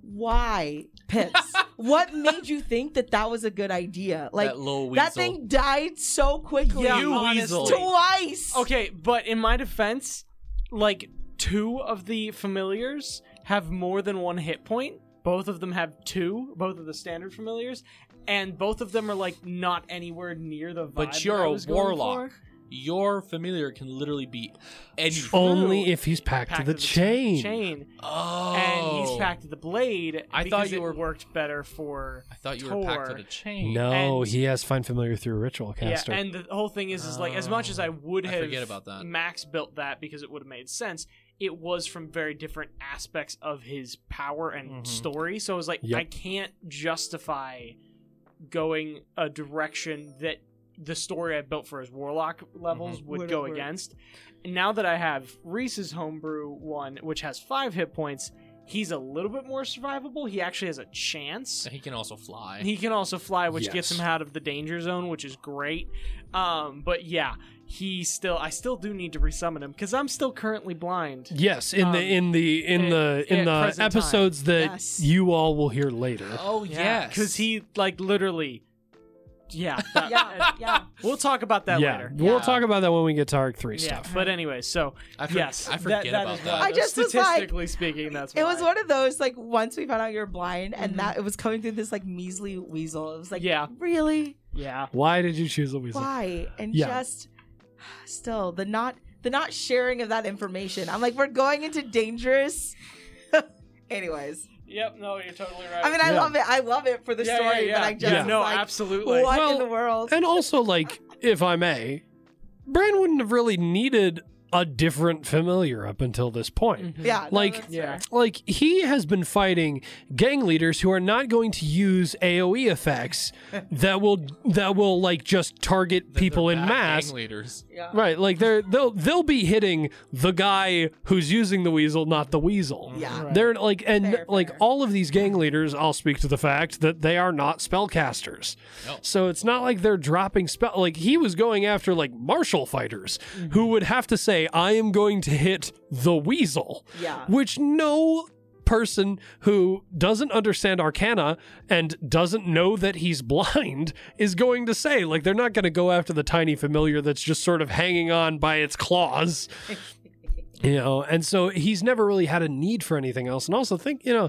[SPEAKER 2] Why pips? what made you think that that was a good idea? Like
[SPEAKER 3] that little weasel.
[SPEAKER 2] that thing died so quickly.
[SPEAKER 4] Yeah,
[SPEAKER 3] You
[SPEAKER 4] honestly.
[SPEAKER 3] weasel.
[SPEAKER 2] Twice.
[SPEAKER 4] Okay, but in my defense, like two of the familiars have more than one hit point. Both of them have two, both of the standard familiars, and both of them are like not anywhere near the vibe.
[SPEAKER 3] But
[SPEAKER 4] that
[SPEAKER 3] you're
[SPEAKER 4] I
[SPEAKER 3] a
[SPEAKER 4] was going
[SPEAKER 3] warlock.
[SPEAKER 4] for.
[SPEAKER 3] Your familiar can literally be anything.
[SPEAKER 1] Only if he's packed,
[SPEAKER 4] Packed
[SPEAKER 1] to the,
[SPEAKER 4] with
[SPEAKER 1] chain.
[SPEAKER 4] chain,
[SPEAKER 3] Oh.
[SPEAKER 4] and he's packed to the blade.
[SPEAKER 3] I thought
[SPEAKER 4] because
[SPEAKER 3] you
[SPEAKER 4] it
[SPEAKER 3] were-
[SPEAKER 4] worked better for.
[SPEAKER 3] I thought you were packed to
[SPEAKER 4] Tor.
[SPEAKER 3] the chain.
[SPEAKER 1] No,
[SPEAKER 4] And-
[SPEAKER 1] he has find familiar through ritual caster.
[SPEAKER 4] Yeah, and the whole thing is, is like as much as I would
[SPEAKER 3] Oh, I
[SPEAKER 4] have
[SPEAKER 3] forget about that.
[SPEAKER 4] Max built that because it would have made sense. It was from very different aspects of his power and
[SPEAKER 3] Mhm.
[SPEAKER 4] story, so I was like,
[SPEAKER 1] Yep.
[SPEAKER 4] I can't justify going a direction that the story I built for his warlock levels would
[SPEAKER 2] Would've
[SPEAKER 4] go
[SPEAKER 2] worked.
[SPEAKER 4] against. And now that I have Reese's homebrew one, which has five hit points, he's a little bit more survivable. He actually has a chance.
[SPEAKER 3] He can also fly.
[SPEAKER 4] He can also fly, which gets
[SPEAKER 1] Yes.
[SPEAKER 4] him out of the danger zone, which is great. Um, but yeah, he still I still do need to resummon him because I'm still currently blind.
[SPEAKER 1] yes, in the
[SPEAKER 4] Um,
[SPEAKER 1] in the in
[SPEAKER 4] at-
[SPEAKER 1] the in
[SPEAKER 4] at
[SPEAKER 1] the
[SPEAKER 4] present time.
[SPEAKER 1] episodes that
[SPEAKER 2] Yes.
[SPEAKER 1] you all will hear later.
[SPEAKER 3] oh yes.
[SPEAKER 4] because he like literally. Yeah, that-
[SPEAKER 2] Yeah, yeah.
[SPEAKER 4] we'll talk about that
[SPEAKER 1] yeah,
[SPEAKER 4] later.
[SPEAKER 1] we'll
[SPEAKER 3] Yeah.
[SPEAKER 1] talk about that when we get to arc three
[SPEAKER 4] Yeah,
[SPEAKER 1] stuff.
[SPEAKER 4] but anyway, so
[SPEAKER 3] I for-
[SPEAKER 4] yes,
[SPEAKER 3] I
[SPEAKER 4] that-
[SPEAKER 3] forget
[SPEAKER 4] that
[SPEAKER 3] about
[SPEAKER 4] is
[SPEAKER 3] that.
[SPEAKER 4] why.
[SPEAKER 2] I just was like-
[SPEAKER 4] statistically speaking, that's
[SPEAKER 2] It was
[SPEAKER 4] why.
[SPEAKER 2] one of those like once we found out you're blind and
[SPEAKER 4] Mhm.
[SPEAKER 2] that it was coming through this like measly weasel. It was like,
[SPEAKER 4] Yeah.
[SPEAKER 2] really?
[SPEAKER 4] yeah.
[SPEAKER 1] Why did you choose a weasel?
[SPEAKER 2] Why? And
[SPEAKER 1] Yeah.
[SPEAKER 2] just still the not the not sharing of that information. I'm like, we're going into dangerous. Anyways,
[SPEAKER 4] Yep. No, you're totally right.
[SPEAKER 2] I mean, I
[SPEAKER 1] Yeah.
[SPEAKER 2] love it. I love it for the story, but I just
[SPEAKER 1] Yeah.
[SPEAKER 4] no,
[SPEAKER 2] like,
[SPEAKER 4] absolutely.
[SPEAKER 2] what
[SPEAKER 1] Well,
[SPEAKER 2] in the world?
[SPEAKER 1] And also, like, if I may, Bran wouldn't have really needed a different familiar up until this point.
[SPEAKER 4] Mhm.
[SPEAKER 2] yeah, no,
[SPEAKER 1] like-
[SPEAKER 2] that's fair.
[SPEAKER 4] Yeah.
[SPEAKER 1] Like, he has been fighting gang leaders who are not going to use AoE effects that will that will like just target
[SPEAKER 3] They're
[SPEAKER 1] people in
[SPEAKER 3] bad
[SPEAKER 1] mass.
[SPEAKER 3] Gang leaders.
[SPEAKER 2] yeah.
[SPEAKER 1] Right, like they're they'll they'll be hitting the guy who's using the weasel, not the weasel.
[SPEAKER 2] Yeah.
[SPEAKER 4] Right.
[SPEAKER 1] They're like and
[SPEAKER 2] Fair,
[SPEAKER 1] like
[SPEAKER 2] fair.
[SPEAKER 1] all of these gang leaders, I'll speak to the fact that they are not spellcasters.
[SPEAKER 3] No.
[SPEAKER 1] So it's not like they're dropping spell like he was going after like martial fighters
[SPEAKER 3] Mm-hmm.
[SPEAKER 1] who would have to say, I am going to hit the weasel.
[SPEAKER 2] Yeah.
[SPEAKER 1] Which no person who doesn't understand arcana and doesn't know that he's blind is going to say like they're not going to go after the tiny familiar that's just sort of hanging on by its claws you know and so he's never really had a need for anything else and also think you know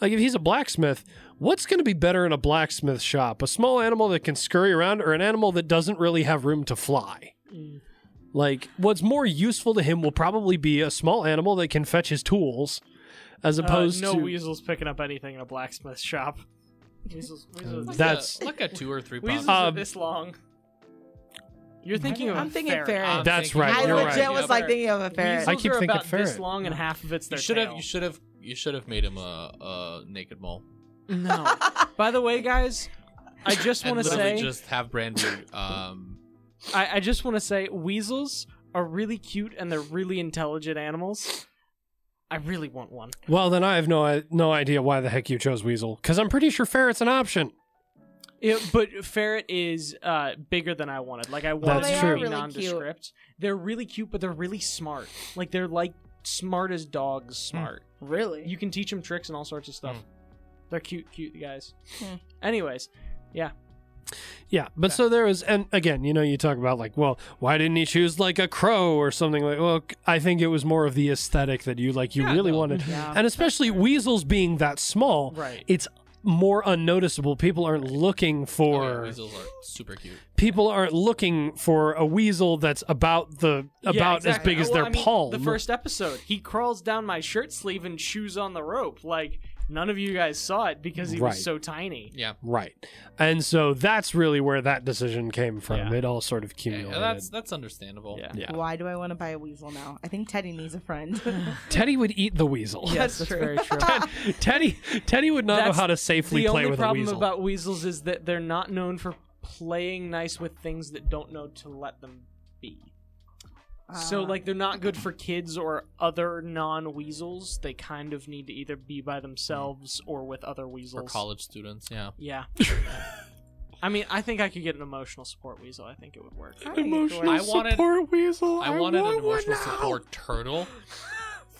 [SPEAKER 1] like if he's a blacksmith what's going to be better in a blacksmith shop a small animal that can scurry around or an animal that doesn't really have room to fly
[SPEAKER 4] Mm.
[SPEAKER 1] like what's more useful to him will probably be a small animal that can fetch his tools as
[SPEAKER 4] Uh,
[SPEAKER 1] opposed
[SPEAKER 4] no
[SPEAKER 1] to
[SPEAKER 4] weasels picking up anything in a blacksmith shop. Weasels, weasels,
[SPEAKER 1] Um,
[SPEAKER 3] Like
[SPEAKER 1] That's-
[SPEAKER 3] a, like a two or three.
[SPEAKER 4] Weasels
[SPEAKER 3] pound.
[SPEAKER 4] are
[SPEAKER 1] Um,
[SPEAKER 4] this long. You're thinking of
[SPEAKER 2] I'm
[SPEAKER 4] a
[SPEAKER 2] thinking
[SPEAKER 4] ferret.
[SPEAKER 2] ferret.
[SPEAKER 3] I'm
[SPEAKER 1] That's
[SPEAKER 3] thinking-
[SPEAKER 1] right,
[SPEAKER 2] I
[SPEAKER 1] you're
[SPEAKER 2] legit
[SPEAKER 4] right.
[SPEAKER 2] was like thinking of a ferret.
[SPEAKER 4] Weasels
[SPEAKER 1] I keep
[SPEAKER 4] are
[SPEAKER 1] thinking
[SPEAKER 4] about this
[SPEAKER 1] ferret.
[SPEAKER 4] long and half of it's
[SPEAKER 3] You
[SPEAKER 4] their
[SPEAKER 3] should
[SPEAKER 4] tail.
[SPEAKER 3] have. You should have. You should have made him a, a naked mole.
[SPEAKER 4] No. By the way, guys, I just
[SPEAKER 3] And
[SPEAKER 4] want to
[SPEAKER 3] literally
[SPEAKER 4] say,
[SPEAKER 3] just have Brandon. Um,
[SPEAKER 4] I, I just want to say, weasels are really cute and they're really intelligent animals. I really want one.
[SPEAKER 1] Well, then I have no no idea why the heck you chose weasel, because I'm pretty sure ferret's an option.
[SPEAKER 4] Yeah, but ferret is uh, bigger than I wanted. Like I wanted
[SPEAKER 1] That's true.
[SPEAKER 4] them to
[SPEAKER 2] They
[SPEAKER 4] be
[SPEAKER 2] are really cute.
[SPEAKER 4] nondescript. They're really cute, but they're really smart. Like they're like smart as dogs smart.
[SPEAKER 2] really?
[SPEAKER 4] You can
[SPEAKER 1] Hmm.
[SPEAKER 4] teach them tricks and all sorts of stuff. They're cute, cute guys.
[SPEAKER 2] Hmm.
[SPEAKER 4] Anyways,
[SPEAKER 1] Yeah, but so there was, and again, you know, you talk about like, well, why didn't he choose like a crow or something like? Well, I think it was more of the aesthetic that you like, you
[SPEAKER 3] Yeah,
[SPEAKER 1] really
[SPEAKER 3] no.
[SPEAKER 1] wanted,
[SPEAKER 4] Mm-hmm.
[SPEAKER 2] Yeah.
[SPEAKER 1] and especially weasels being that small,
[SPEAKER 4] Right.
[SPEAKER 1] It's more unnoticeable. People aren't looking
[SPEAKER 3] Oh,
[SPEAKER 1] for
[SPEAKER 3] yeah, weasels are super cute.
[SPEAKER 1] people aren't looking for a weasel that's about the about
[SPEAKER 4] Yeah,
[SPEAKER 1] as
[SPEAKER 4] exactly.
[SPEAKER 1] big as
[SPEAKER 4] Well,
[SPEAKER 1] their
[SPEAKER 4] I mean,
[SPEAKER 1] palm.
[SPEAKER 4] The first episode, he crawls down my shirt sleeve and chews on the rope. Like none of you guys saw it because he
[SPEAKER 1] Right.
[SPEAKER 4] was so tiny.
[SPEAKER 3] Yeah.
[SPEAKER 1] Right. And so that's really where that decision came from.
[SPEAKER 4] Yeah.
[SPEAKER 1] It all sort of
[SPEAKER 3] Yeah,
[SPEAKER 1] cumulated.
[SPEAKER 3] that's that's understandable.
[SPEAKER 4] Yeah.
[SPEAKER 1] Yeah.
[SPEAKER 2] Why do I want to buy a weasel now? I think Teddy needs a friend.
[SPEAKER 1] Teddy would eat the weasel.
[SPEAKER 4] Yes, that's
[SPEAKER 2] true.
[SPEAKER 4] very true.
[SPEAKER 1] Teddy Teddy would not
[SPEAKER 4] That's
[SPEAKER 1] know how to safely
[SPEAKER 4] the
[SPEAKER 1] play
[SPEAKER 4] only
[SPEAKER 1] with a
[SPEAKER 4] problem
[SPEAKER 1] weasel.
[SPEAKER 4] about weasels is that they're not known for playing nice with things that don't know to let them be. So
[SPEAKER 2] Uh,
[SPEAKER 4] like they're not good for kids or other non-weasels. They kind of need to either be by themselves or with other
[SPEAKER 3] For
[SPEAKER 4] weasels.
[SPEAKER 3] college students, yeah.
[SPEAKER 4] Yeah. I mean, I think I could get an emotional support weasel. I think it would work.
[SPEAKER 2] I think it could work.
[SPEAKER 3] I wanted-
[SPEAKER 1] support weasel.
[SPEAKER 3] I wanted an
[SPEAKER 1] want one
[SPEAKER 3] emotional
[SPEAKER 1] now.
[SPEAKER 3] support turtle.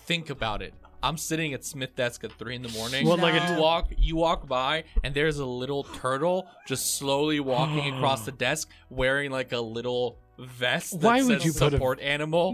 [SPEAKER 3] Think about it. I'm sitting at Smith desk at three in the morning.
[SPEAKER 1] Well, like
[SPEAKER 2] a-
[SPEAKER 3] you walk, you walk by, and there's a little turtle just slowly walking across the desk, wearing like a little vest that
[SPEAKER 1] Why
[SPEAKER 3] says
[SPEAKER 1] would you put a-
[SPEAKER 3] support animal.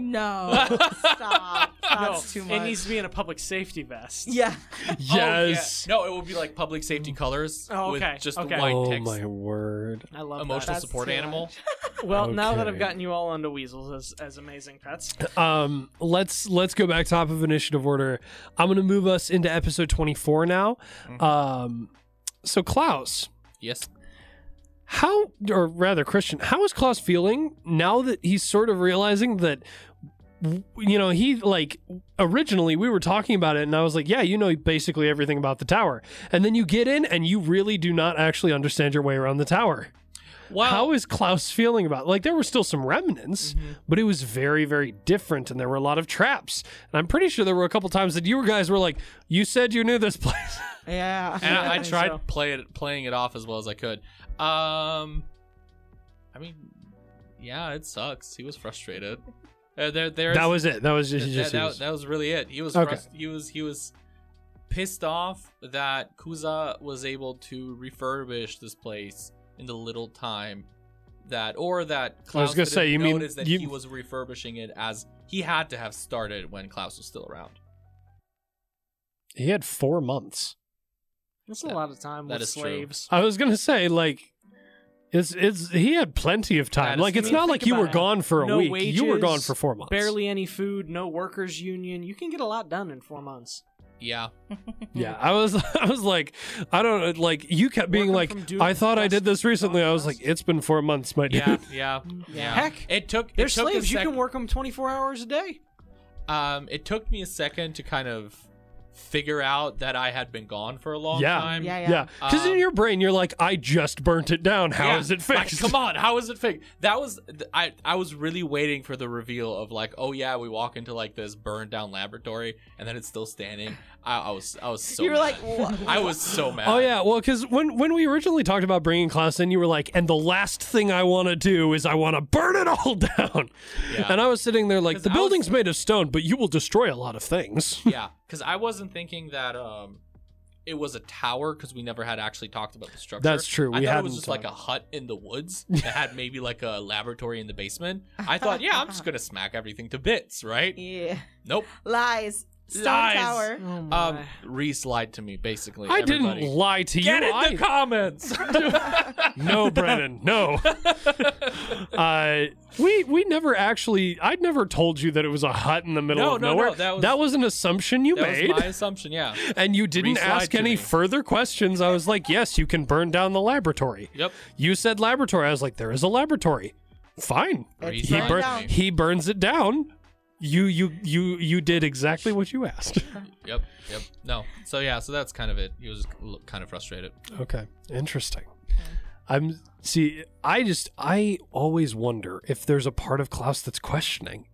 [SPEAKER 2] No, stop. That's too much.
[SPEAKER 4] Oh, It needs to be in a public safety vest.
[SPEAKER 2] yeah.
[SPEAKER 3] Oh, yeah.
[SPEAKER 1] Yes.
[SPEAKER 3] No, it would be like public safety colors
[SPEAKER 4] Oh, okay,
[SPEAKER 3] with just
[SPEAKER 4] okay.
[SPEAKER 3] white
[SPEAKER 1] Oh
[SPEAKER 3] text.
[SPEAKER 1] my word.
[SPEAKER 4] I love
[SPEAKER 3] Emotional
[SPEAKER 2] That's
[SPEAKER 3] support
[SPEAKER 2] too
[SPEAKER 3] animal.
[SPEAKER 4] that. Well, now that I've
[SPEAKER 1] Okay.
[SPEAKER 4] gotten you all onto weasels as, as amazing pets,
[SPEAKER 1] Um let's let's go back top of initiative order. I'm gonna move us into episode twenty four now. Um so Klaus,
[SPEAKER 3] Yes.
[SPEAKER 1] how or rather christian how is klaus feeling now that he's sort of realizing that w- you know he like originally we were talking about it and i was like yeah you know basically everything about the tower and then you get in and you really do not actually understand your way around the tower
[SPEAKER 3] Wow.
[SPEAKER 1] how is klaus feeling about like there were still some remnants
[SPEAKER 4] Mm-hmm.
[SPEAKER 1] but it was very very different and there were a lot of traps and i'm pretty sure there were a couple times that you guys were like you said you knew this place
[SPEAKER 2] Yeah.
[SPEAKER 3] and I, I
[SPEAKER 4] think
[SPEAKER 3] tried
[SPEAKER 4] so.
[SPEAKER 3] play it, playing it off as well as I could. Um, I mean, yeah, it sucks. He was frustrated. Uh, there, there.
[SPEAKER 1] that was it that was
[SPEAKER 3] that,
[SPEAKER 1] just, just
[SPEAKER 3] that- that was really it. He was
[SPEAKER 1] Okay.
[SPEAKER 3] frust- he was he was pissed off that Kuza was able to refurbish this place in the little time that or that Klaus
[SPEAKER 1] gonna
[SPEAKER 3] didn't
[SPEAKER 1] say, you mean-
[SPEAKER 3] notice that
[SPEAKER 1] you-
[SPEAKER 3] he was refurbishing it as he had to have started when Klaus was still around.
[SPEAKER 1] he had four months
[SPEAKER 4] that's a lot of time
[SPEAKER 3] That
[SPEAKER 4] with
[SPEAKER 3] is true. Oh,
[SPEAKER 4] slaves.
[SPEAKER 1] I was gonna say like it's it's he had plenty of time.
[SPEAKER 3] That is
[SPEAKER 1] Like it's
[SPEAKER 3] true.
[SPEAKER 1] not
[SPEAKER 4] Think
[SPEAKER 1] like you
[SPEAKER 4] about
[SPEAKER 1] were
[SPEAKER 4] it.
[SPEAKER 1] gone for a
[SPEAKER 4] No
[SPEAKER 1] week. you were
[SPEAKER 4] wages,
[SPEAKER 1] gone for four months.
[SPEAKER 4] Barely any food, no workers' union. You can get a lot done in four months.
[SPEAKER 3] Yeah.
[SPEAKER 1] Yeah. I was I was like I don't know, like you kept being
[SPEAKER 4] Working from
[SPEAKER 1] like
[SPEAKER 4] Duke
[SPEAKER 1] I thought I
[SPEAKER 4] West
[SPEAKER 1] did this
[SPEAKER 4] to
[SPEAKER 1] recently. I was like
[SPEAKER 4] Southwest.
[SPEAKER 1] it's been four months, my dude.
[SPEAKER 3] Yeah, yeah, yeah.
[SPEAKER 4] Mm. Heck,
[SPEAKER 3] it took.
[SPEAKER 4] They're
[SPEAKER 3] it took a
[SPEAKER 4] slaves. You
[SPEAKER 3] sec-
[SPEAKER 4] can work them 24 hours a day.
[SPEAKER 3] Um, it took me a second to kind of figure out that I had been gone for a long
[SPEAKER 1] Yeah.
[SPEAKER 3] time.
[SPEAKER 2] Yeah,
[SPEAKER 1] Yeah, because in
[SPEAKER 3] Um,
[SPEAKER 1] your brain you're like, I just burnt it down. How is
[SPEAKER 3] Yeah.
[SPEAKER 1] it fixed?
[SPEAKER 3] Like, come on, how is it fixed? That was th- I. I was really waiting for the reveal of like, oh yeah, we walk into like this burned down laboratory, and then it's still standing. I, I was, I was so.
[SPEAKER 2] you were
[SPEAKER 3] mad.
[SPEAKER 2] like, what?
[SPEAKER 3] I was so mad.
[SPEAKER 1] Oh yeah, well, because when when we originally talked about bringing Klaus in, you were like, "And the last thing I want to do is I want to burn it all down."
[SPEAKER 3] Yeah.
[SPEAKER 1] And I was sitting there like,
[SPEAKER 3] 'Cause
[SPEAKER 1] "The
[SPEAKER 3] I was-
[SPEAKER 1] building's made of stone, but you will destroy a lot of things."
[SPEAKER 3] yeah, because I wasn't thinking that um, it was a tower because we never had actually talked about the structure.
[SPEAKER 1] That's true,
[SPEAKER 3] I
[SPEAKER 1] we
[SPEAKER 3] thought it was
[SPEAKER 1] hadn't
[SPEAKER 3] just like a hut in the woods that had maybe like a laboratory in the basement. I thought, yeah, I'm just gonna smack everything to bits, right?
[SPEAKER 2] yeah.
[SPEAKER 3] Nope.
[SPEAKER 2] Lies. Stone
[SPEAKER 3] Lies.
[SPEAKER 2] Tower.
[SPEAKER 4] Oh my.
[SPEAKER 3] Um, Reese lied to me basically.
[SPEAKER 1] I
[SPEAKER 3] everybody.
[SPEAKER 1] didn't lie to
[SPEAKER 3] Get
[SPEAKER 1] you.
[SPEAKER 3] in
[SPEAKER 1] I-
[SPEAKER 3] the comments.
[SPEAKER 1] no, Brennan, no. uh, we we never actually. I'd never told you that it was a hut in the middle
[SPEAKER 3] No,
[SPEAKER 1] of
[SPEAKER 3] no, no,
[SPEAKER 1] nowhere.
[SPEAKER 3] that was-
[SPEAKER 1] an assumption you
[SPEAKER 3] That
[SPEAKER 1] made,
[SPEAKER 3] was my assumption. Yeah.
[SPEAKER 1] and you didn't
[SPEAKER 3] Reese lied
[SPEAKER 1] ask
[SPEAKER 3] to
[SPEAKER 1] any
[SPEAKER 3] me.
[SPEAKER 1] further questions. I was like, "Yes, you can burn down the laboratory."
[SPEAKER 3] Yep.
[SPEAKER 1] You said laboratory. I was like, "There is a laboratory." Fine.
[SPEAKER 2] It's
[SPEAKER 3] Reese
[SPEAKER 1] He
[SPEAKER 3] lied
[SPEAKER 2] burned
[SPEAKER 1] bur-
[SPEAKER 3] to me.
[SPEAKER 1] he burns it down. You you you you did exactly what you asked.
[SPEAKER 3] Yep. Yep. No. So yeah. So that's kind of it. He was just l- kind of frustrated.
[SPEAKER 1] Okay, interesting. I'm see. I just I always wonder if there's a part of Klaus that's questioning,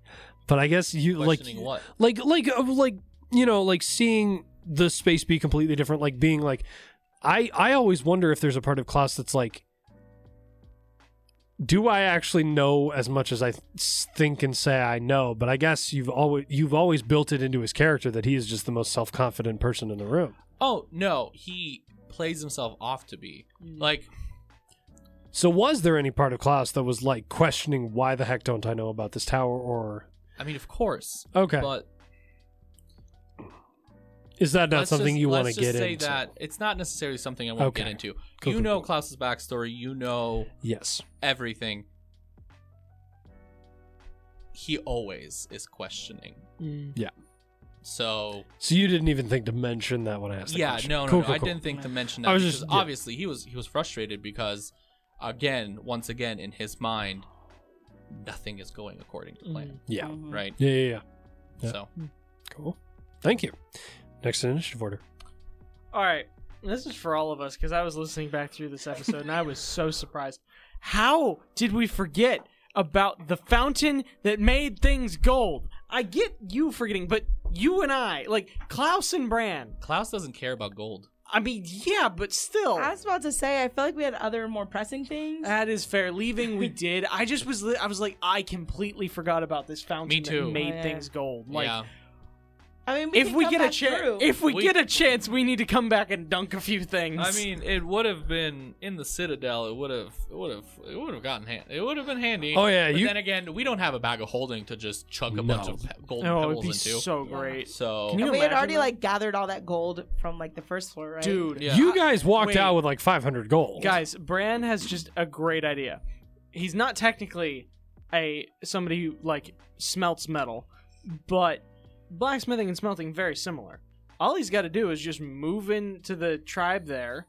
[SPEAKER 1] but I guess you like
[SPEAKER 3] Questioning what?
[SPEAKER 1] like like of like you know like seeing the space be completely different, like being like I I always wonder if there's a part of Klaus that's like. Do I actually know as much as I th- think and say I know? But I guess you've always you've always built it into his character that he is just the most self confident person in the room.
[SPEAKER 3] Oh no. He plays himself off to be like.
[SPEAKER 1] So was there any part of Klaus that was like questioning why the heck don't I know about this tower or
[SPEAKER 3] I mean, of course.
[SPEAKER 1] Okay.
[SPEAKER 3] But
[SPEAKER 1] is that not
[SPEAKER 3] let's
[SPEAKER 1] something
[SPEAKER 3] just-
[SPEAKER 1] you want to
[SPEAKER 3] let's just
[SPEAKER 1] get
[SPEAKER 3] say
[SPEAKER 1] into?
[SPEAKER 3] that it's not necessarily something I want
[SPEAKER 1] Okay.
[SPEAKER 3] to get into.
[SPEAKER 1] Cool,
[SPEAKER 3] you
[SPEAKER 1] cool,
[SPEAKER 3] know
[SPEAKER 1] cool.
[SPEAKER 3] Klaus's backstory. You know
[SPEAKER 1] Yes.
[SPEAKER 3] everything. He always is questioning.
[SPEAKER 4] mm.
[SPEAKER 3] So
[SPEAKER 1] So you didn't even think to mention that when I asked the
[SPEAKER 3] yeah,
[SPEAKER 1] question.
[SPEAKER 3] no, no,
[SPEAKER 1] Cool,
[SPEAKER 3] no.
[SPEAKER 1] cool,
[SPEAKER 3] I
[SPEAKER 1] cool.
[SPEAKER 3] didn't think to mention that
[SPEAKER 1] I was
[SPEAKER 3] because
[SPEAKER 1] just- yeah.
[SPEAKER 3] obviously he was he was frustrated because again, once again, in his mind, nothing is going according to plan,
[SPEAKER 1] Yeah.
[SPEAKER 2] Mhm.
[SPEAKER 3] right?
[SPEAKER 1] Yeah, yeah, yeah. Yeah.
[SPEAKER 3] So
[SPEAKER 1] Cool. Thank you. Next initiative order.
[SPEAKER 4] All right. This is for all of us because I was listening back through this episode and I was so surprised. How did we forget about the fountain that made things gold? I get you forgetting, but you and I, like Klaus and Bran.
[SPEAKER 3] Klaus doesn't care about gold.
[SPEAKER 4] I mean, yeah, but still.
[SPEAKER 2] I was about to say, I feel like we had other more pressing things.
[SPEAKER 4] That is fair. Leaving, we did. I just was, li- I was like, I completely forgot about this fountain
[SPEAKER 3] too.
[SPEAKER 4] that made
[SPEAKER 2] Oh, yeah.
[SPEAKER 4] things gold. Like,
[SPEAKER 3] yeah,
[SPEAKER 2] I mean, we
[SPEAKER 4] if
[SPEAKER 2] can
[SPEAKER 4] we
[SPEAKER 2] come
[SPEAKER 4] get a
[SPEAKER 2] back
[SPEAKER 4] chance,
[SPEAKER 2] through.
[SPEAKER 4] if we,
[SPEAKER 3] We-
[SPEAKER 4] get a chance, we need to come back and dunk a few things.
[SPEAKER 3] I mean, it would have been in the Citadel. It would have, it would have, it would have gotten hand. It would have been handy.
[SPEAKER 1] Oh, yeah,
[SPEAKER 3] But
[SPEAKER 1] you-
[SPEAKER 3] then again, we don't have a bag of holding to just chuck a bunch
[SPEAKER 1] No.
[SPEAKER 3] of pe- golden
[SPEAKER 4] oh, it'd
[SPEAKER 3] pebbles
[SPEAKER 4] be
[SPEAKER 3] into.
[SPEAKER 4] so great.
[SPEAKER 3] So-
[SPEAKER 4] Can you
[SPEAKER 2] And we had
[SPEAKER 4] imagine
[SPEAKER 2] already
[SPEAKER 4] that?
[SPEAKER 2] like gathered all that gold from like the first floor, right?
[SPEAKER 4] Dude,
[SPEAKER 3] Yeah.
[SPEAKER 1] You guys walked
[SPEAKER 4] wait.
[SPEAKER 1] out with like 500 gold.
[SPEAKER 4] guys, Bran has just a great idea. He's not technically a somebody who like smelts metal, but blacksmithing and smelting very similar. All he's got to do is just move into the tribe there,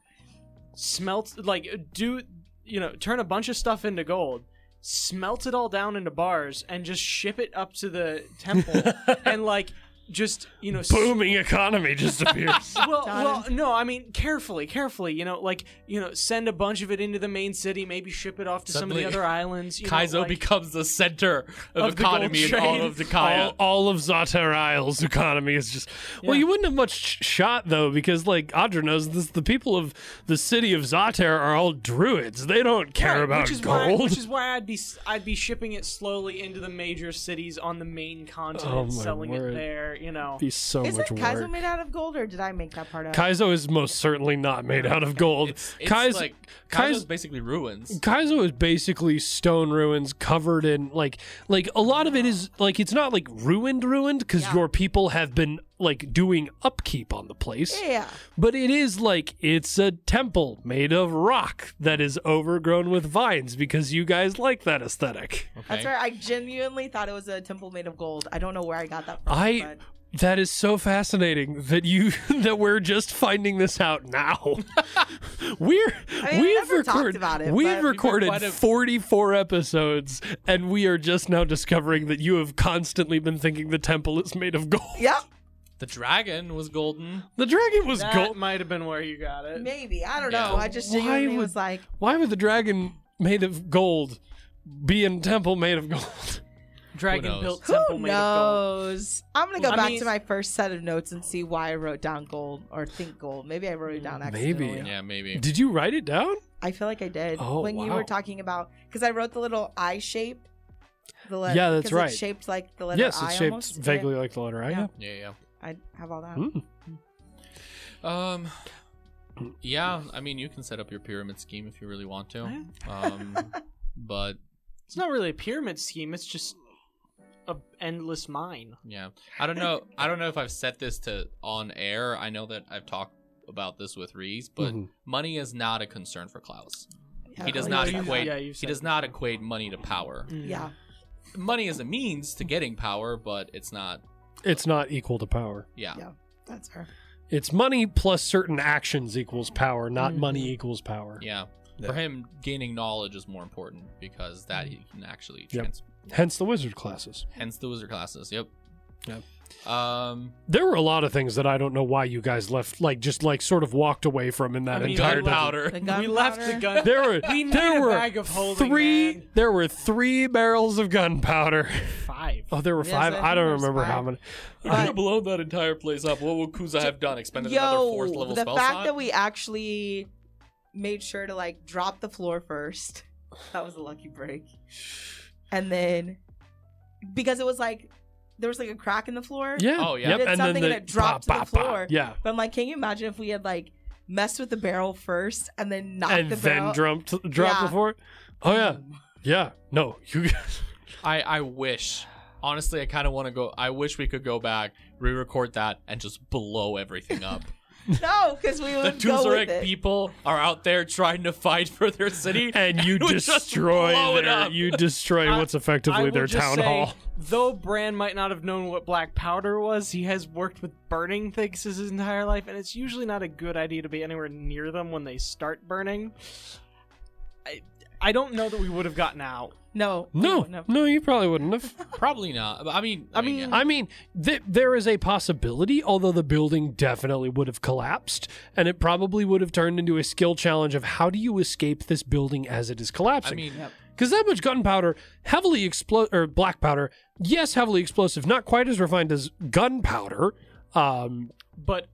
[SPEAKER 4] smelt like do you know turn a bunch of stuff into gold, smelt it all down into bars, and just ship it up to the temple and like just you know s-
[SPEAKER 1] Booming economy just appears.
[SPEAKER 4] well,
[SPEAKER 2] Done.
[SPEAKER 4] well, no, I mean carefully, carefully. You know, like you know, send a bunch of it into the main city, maybe ship it off to some of the
[SPEAKER 3] Suddenly,
[SPEAKER 4] other islands. You
[SPEAKER 3] Kaizo
[SPEAKER 4] know, like,
[SPEAKER 3] becomes the center of,
[SPEAKER 4] Of the gold
[SPEAKER 3] economy in all
[SPEAKER 4] trade.
[SPEAKER 3] of the
[SPEAKER 1] all,
[SPEAKER 3] Kaya.
[SPEAKER 1] all of Zatar Isle's economy is just. Well,
[SPEAKER 4] Yeah.
[SPEAKER 1] you wouldn't have much sh- shot though, because like Audra knows this, the people of the city of Zatar are all druids. They don't care
[SPEAKER 4] Right,
[SPEAKER 1] about
[SPEAKER 4] which is
[SPEAKER 1] gold.
[SPEAKER 4] Why, which is why I'd be s- I'd be shipping it slowly into the major cities on the main
[SPEAKER 1] Oh,
[SPEAKER 4] continent,
[SPEAKER 1] my
[SPEAKER 4] selling
[SPEAKER 1] word.
[SPEAKER 4] it there. You know,
[SPEAKER 1] be so
[SPEAKER 2] Is
[SPEAKER 1] much
[SPEAKER 2] it Kaizo
[SPEAKER 1] work.
[SPEAKER 2] made out of gold, or did I make that part up?
[SPEAKER 1] Kaizo is most certainly not made out of gold.
[SPEAKER 3] It's, it's
[SPEAKER 1] Kaizo,
[SPEAKER 3] like
[SPEAKER 1] Kai's-
[SPEAKER 3] Kaizo's basically ruins.
[SPEAKER 1] Kaizo is basically stone ruins covered in like like a lot of it is like it's not like ruined ruined because
[SPEAKER 2] Yeah.
[SPEAKER 1] your people have been like doing upkeep on the place.
[SPEAKER 2] yeah, yeah.
[SPEAKER 1] But it is like it's a temple made of rock that is overgrown with vines because you guys like that aesthetic.
[SPEAKER 2] That's
[SPEAKER 3] Okay.
[SPEAKER 2] right. I genuinely thought it was a temple made of gold. I don't know where I got that from.
[SPEAKER 1] I
[SPEAKER 2] but-
[SPEAKER 1] that is so fascinating that you that we're just finding this out now. we're
[SPEAKER 2] I mean, we
[SPEAKER 1] we've
[SPEAKER 2] never talked
[SPEAKER 1] recorded
[SPEAKER 2] about it, but- We've
[SPEAKER 1] we've
[SPEAKER 2] been
[SPEAKER 1] recorded
[SPEAKER 3] quite a-
[SPEAKER 1] 44 episodes and we are just now discovering that you have constantly been thinking the temple is made of gold.
[SPEAKER 2] Yep.
[SPEAKER 3] The dragon was golden.
[SPEAKER 1] The dragon was
[SPEAKER 4] that
[SPEAKER 1] gold.
[SPEAKER 4] might have been where you got it.
[SPEAKER 2] Maybe I don't
[SPEAKER 3] Yeah.
[SPEAKER 2] know. I just
[SPEAKER 1] Why
[SPEAKER 2] genuinely
[SPEAKER 1] would-
[SPEAKER 2] was like,
[SPEAKER 1] Why would the dragon made of gold be in temple made of gold?
[SPEAKER 4] Dragon
[SPEAKER 3] knows?
[SPEAKER 4] built
[SPEAKER 2] who
[SPEAKER 4] temple made of gold.
[SPEAKER 2] knows? I'm gonna go
[SPEAKER 4] I
[SPEAKER 2] back
[SPEAKER 4] mean-
[SPEAKER 2] to my first set of notes and see why I wrote down gold or think gold. Maybe I wrote it down
[SPEAKER 1] Maybe.
[SPEAKER 2] accidentally.
[SPEAKER 3] Yeah, maybe.
[SPEAKER 1] Did you write it down?
[SPEAKER 2] I feel like I did
[SPEAKER 1] Oh,
[SPEAKER 2] when you
[SPEAKER 1] wow.
[SPEAKER 2] were talking about because I wrote the little I shape. The letter,
[SPEAKER 1] Yeah, that's right.
[SPEAKER 2] It's shaped like the letter
[SPEAKER 1] Yes,
[SPEAKER 2] I
[SPEAKER 1] it's shaped
[SPEAKER 2] almost.
[SPEAKER 1] vaguely like the letter I.
[SPEAKER 2] Yeah.
[SPEAKER 1] yeah.
[SPEAKER 3] Yeah, yeah.
[SPEAKER 2] I have all that.
[SPEAKER 1] Hmm.
[SPEAKER 3] Um, yeah, I mean, you can set up your pyramid scheme if you really want to. Um, but
[SPEAKER 4] It's not really a pyramid scheme. It's just a endless mine.
[SPEAKER 3] yeah, I don't know. I don't know if I've set this to on air. I know that I've talked about this with Reese, but
[SPEAKER 1] Mhm.
[SPEAKER 3] money is not a concern for Klaus.
[SPEAKER 2] Yeah,
[SPEAKER 3] He does
[SPEAKER 2] I
[SPEAKER 3] not
[SPEAKER 2] know.
[SPEAKER 3] equate.
[SPEAKER 4] Yeah, you've
[SPEAKER 3] he
[SPEAKER 4] said
[SPEAKER 3] does not equate money to power.
[SPEAKER 4] Mm.
[SPEAKER 2] Yeah,
[SPEAKER 3] Money is a means to getting power, but it's not.
[SPEAKER 1] It's not equal to power.
[SPEAKER 3] Yeah,
[SPEAKER 2] Yeah. that's her.
[SPEAKER 1] It's money plus certain actions equals power, not
[SPEAKER 4] Mhm.
[SPEAKER 1] money equals power.
[SPEAKER 3] yeah.
[SPEAKER 1] Yeah.
[SPEAKER 3] For him, gaining knowledge is more important because that he can actually.
[SPEAKER 1] Yep.
[SPEAKER 3] Trans-
[SPEAKER 1] Hence the wizard classes.
[SPEAKER 3] Hence the wizard classes. Yep.
[SPEAKER 1] Yep.
[SPEAKER 3] Um.
[SPEAKER 1] There were a lot of things that I don't know why you guys left, like just like sort of walked away from in that
[SPEAKER 4] I mean,
[SPEAKER 1] entire. time.
[SPEAKER 3] Gunpowder.
[SPEAKER 2] The
[SPEAKER 4] Mm. We left the
[SPEAKER 2] gunpowder.
[SPEAKER 4] gun.
[SPEAKER 1] There were
[SPEAKER 4] We need
[SPEAKER 1] there
[SPEAKER 4] a
[SPEAKER 1] were
[SPEAKER 4] bag of holding,
[SPEAKER 1] three
[SPEAKER 4] man.
[SPEAKER 1] there were three barrels of gunpowder.
[SPEAKER 4] Five.
[SPEAKER 1] Oh, there were
[SPEAKER 2] Yes,
[SPEAKER 1] five.
[SPEAKER 2] I
[SPEAKER 1] I,
[SPEAKER 2] think
[SPEAKER 1] don't
[SPEAKER 2] there's
[SPEAKER 1] remember how
[SPEAKER 2] five.
[SPEAKER 1] many.
[SPEAKER 3] If
[SPEAKER 2] But-
[SPEAKER 3] you blow that entire place up, what will Kuza have done? Expended another fourth level
[SPEAKER 2] the
[SPEAKER 3] spell
[SPEAKER 2] fact
[SPEAKER 3] slot?
[SPEAKER 2] that we actually made sure to like drop the floor first that was a lucky break and then because it was like there was like a crack in the floor
[SPEAKER 1] Yeah.
[SPEAKER 3] Oh, yeah.
[SPEAKER 1] Yep.
[SPEAKER 2] Did
[SPEAKER 1] And then
[SPEAKER 2] something
[SPEAKER 1] the,
[SPEAKER 2] and it dropped
[SPEAKER 1] bop,
[SPEAKER 2] to the
[SPEAKER 1] bop, bop.
[SPEAKER 2] floor.
[SPEAKER 1] Yeah.
[SPEAKER 2] but i'm like can you imagine if we had like messed with the barrel first and then knocked
[SPEAKER 1] and
[SPEAKER 2] the
[SPEAKER 1] then
[SPEAKER 2] barrel.
[SPEAKER 1] dropped dropped
[SPEAKER 2] Yeah. Mm.
[SPEAKER 1] before it. Oh yeah,
[SPEAKER 2] Boom.
[SPEAKER 1] yeah. No, you.
[SPEAKER 3] I, I wish. Honestly, I kind of want to go. I wish we could go back, re-record that, and just blow everything up.
[SPEAKER 2] No, because we
[SPEAKER 3] the
[SPEAKER 2] would go with
[SPEAKER 3] Tuzarek
[SPEAKER 2] it.
[SPEAKER 3] people are out there trying to fight for their city,
[SPEAKER 1] and you
[SPEAKER 3] we just
[SPEAKER 1] destroy
[SPEAKER 3] blow it
[SPEAKER 1] their,
[SPEAKER 3] up.
[SPEAKER 1] you destroy
[SPEAKER 4] I-
[SPEAKER 1] what's
[SPEAKER 4] I
[SPEAKER 1] effectively
[SPEAKER 4] will
[SPEAKER 1] their
[SPEAKER 4] just
[SPEAKER 1] town
[SPEAKER 4] say,
[SPEAKER 1] hall.
[SPEAKER 4] Though Bran might not have known what black powder was, he has worked with burning things his entire life, and it's usually not a good idea to be anywhere near them when they start burning. I, I don't know that we would have gotten out.
[SPEAKER 2] No, we
[SPEAKER 1] No,
[SPEAKER 2] wouldn't have.
[SPEAKER 1] no, you probably wouldn't have.
[SPEAKER 3] Probably not. But I mean,
[SPEAKER 4] I mean,
[SPEAKER 3] yeah.
[SPEAKER 1] I mean, th- there is a possibility, although the building definitely would have collapsed, and it probably would have turned into a skill challenge of how do you escape this building as it is
[SPEAKER 3] I
[SPEAKER 1] collapsing.
[SPEAKER 3] mean,
[SPEAKER 1] Because that much gunpowder, heavily explo or black powder, yes, heavily explosive, not quite as refined as gunpowder, um,
[SPEAKER 4] But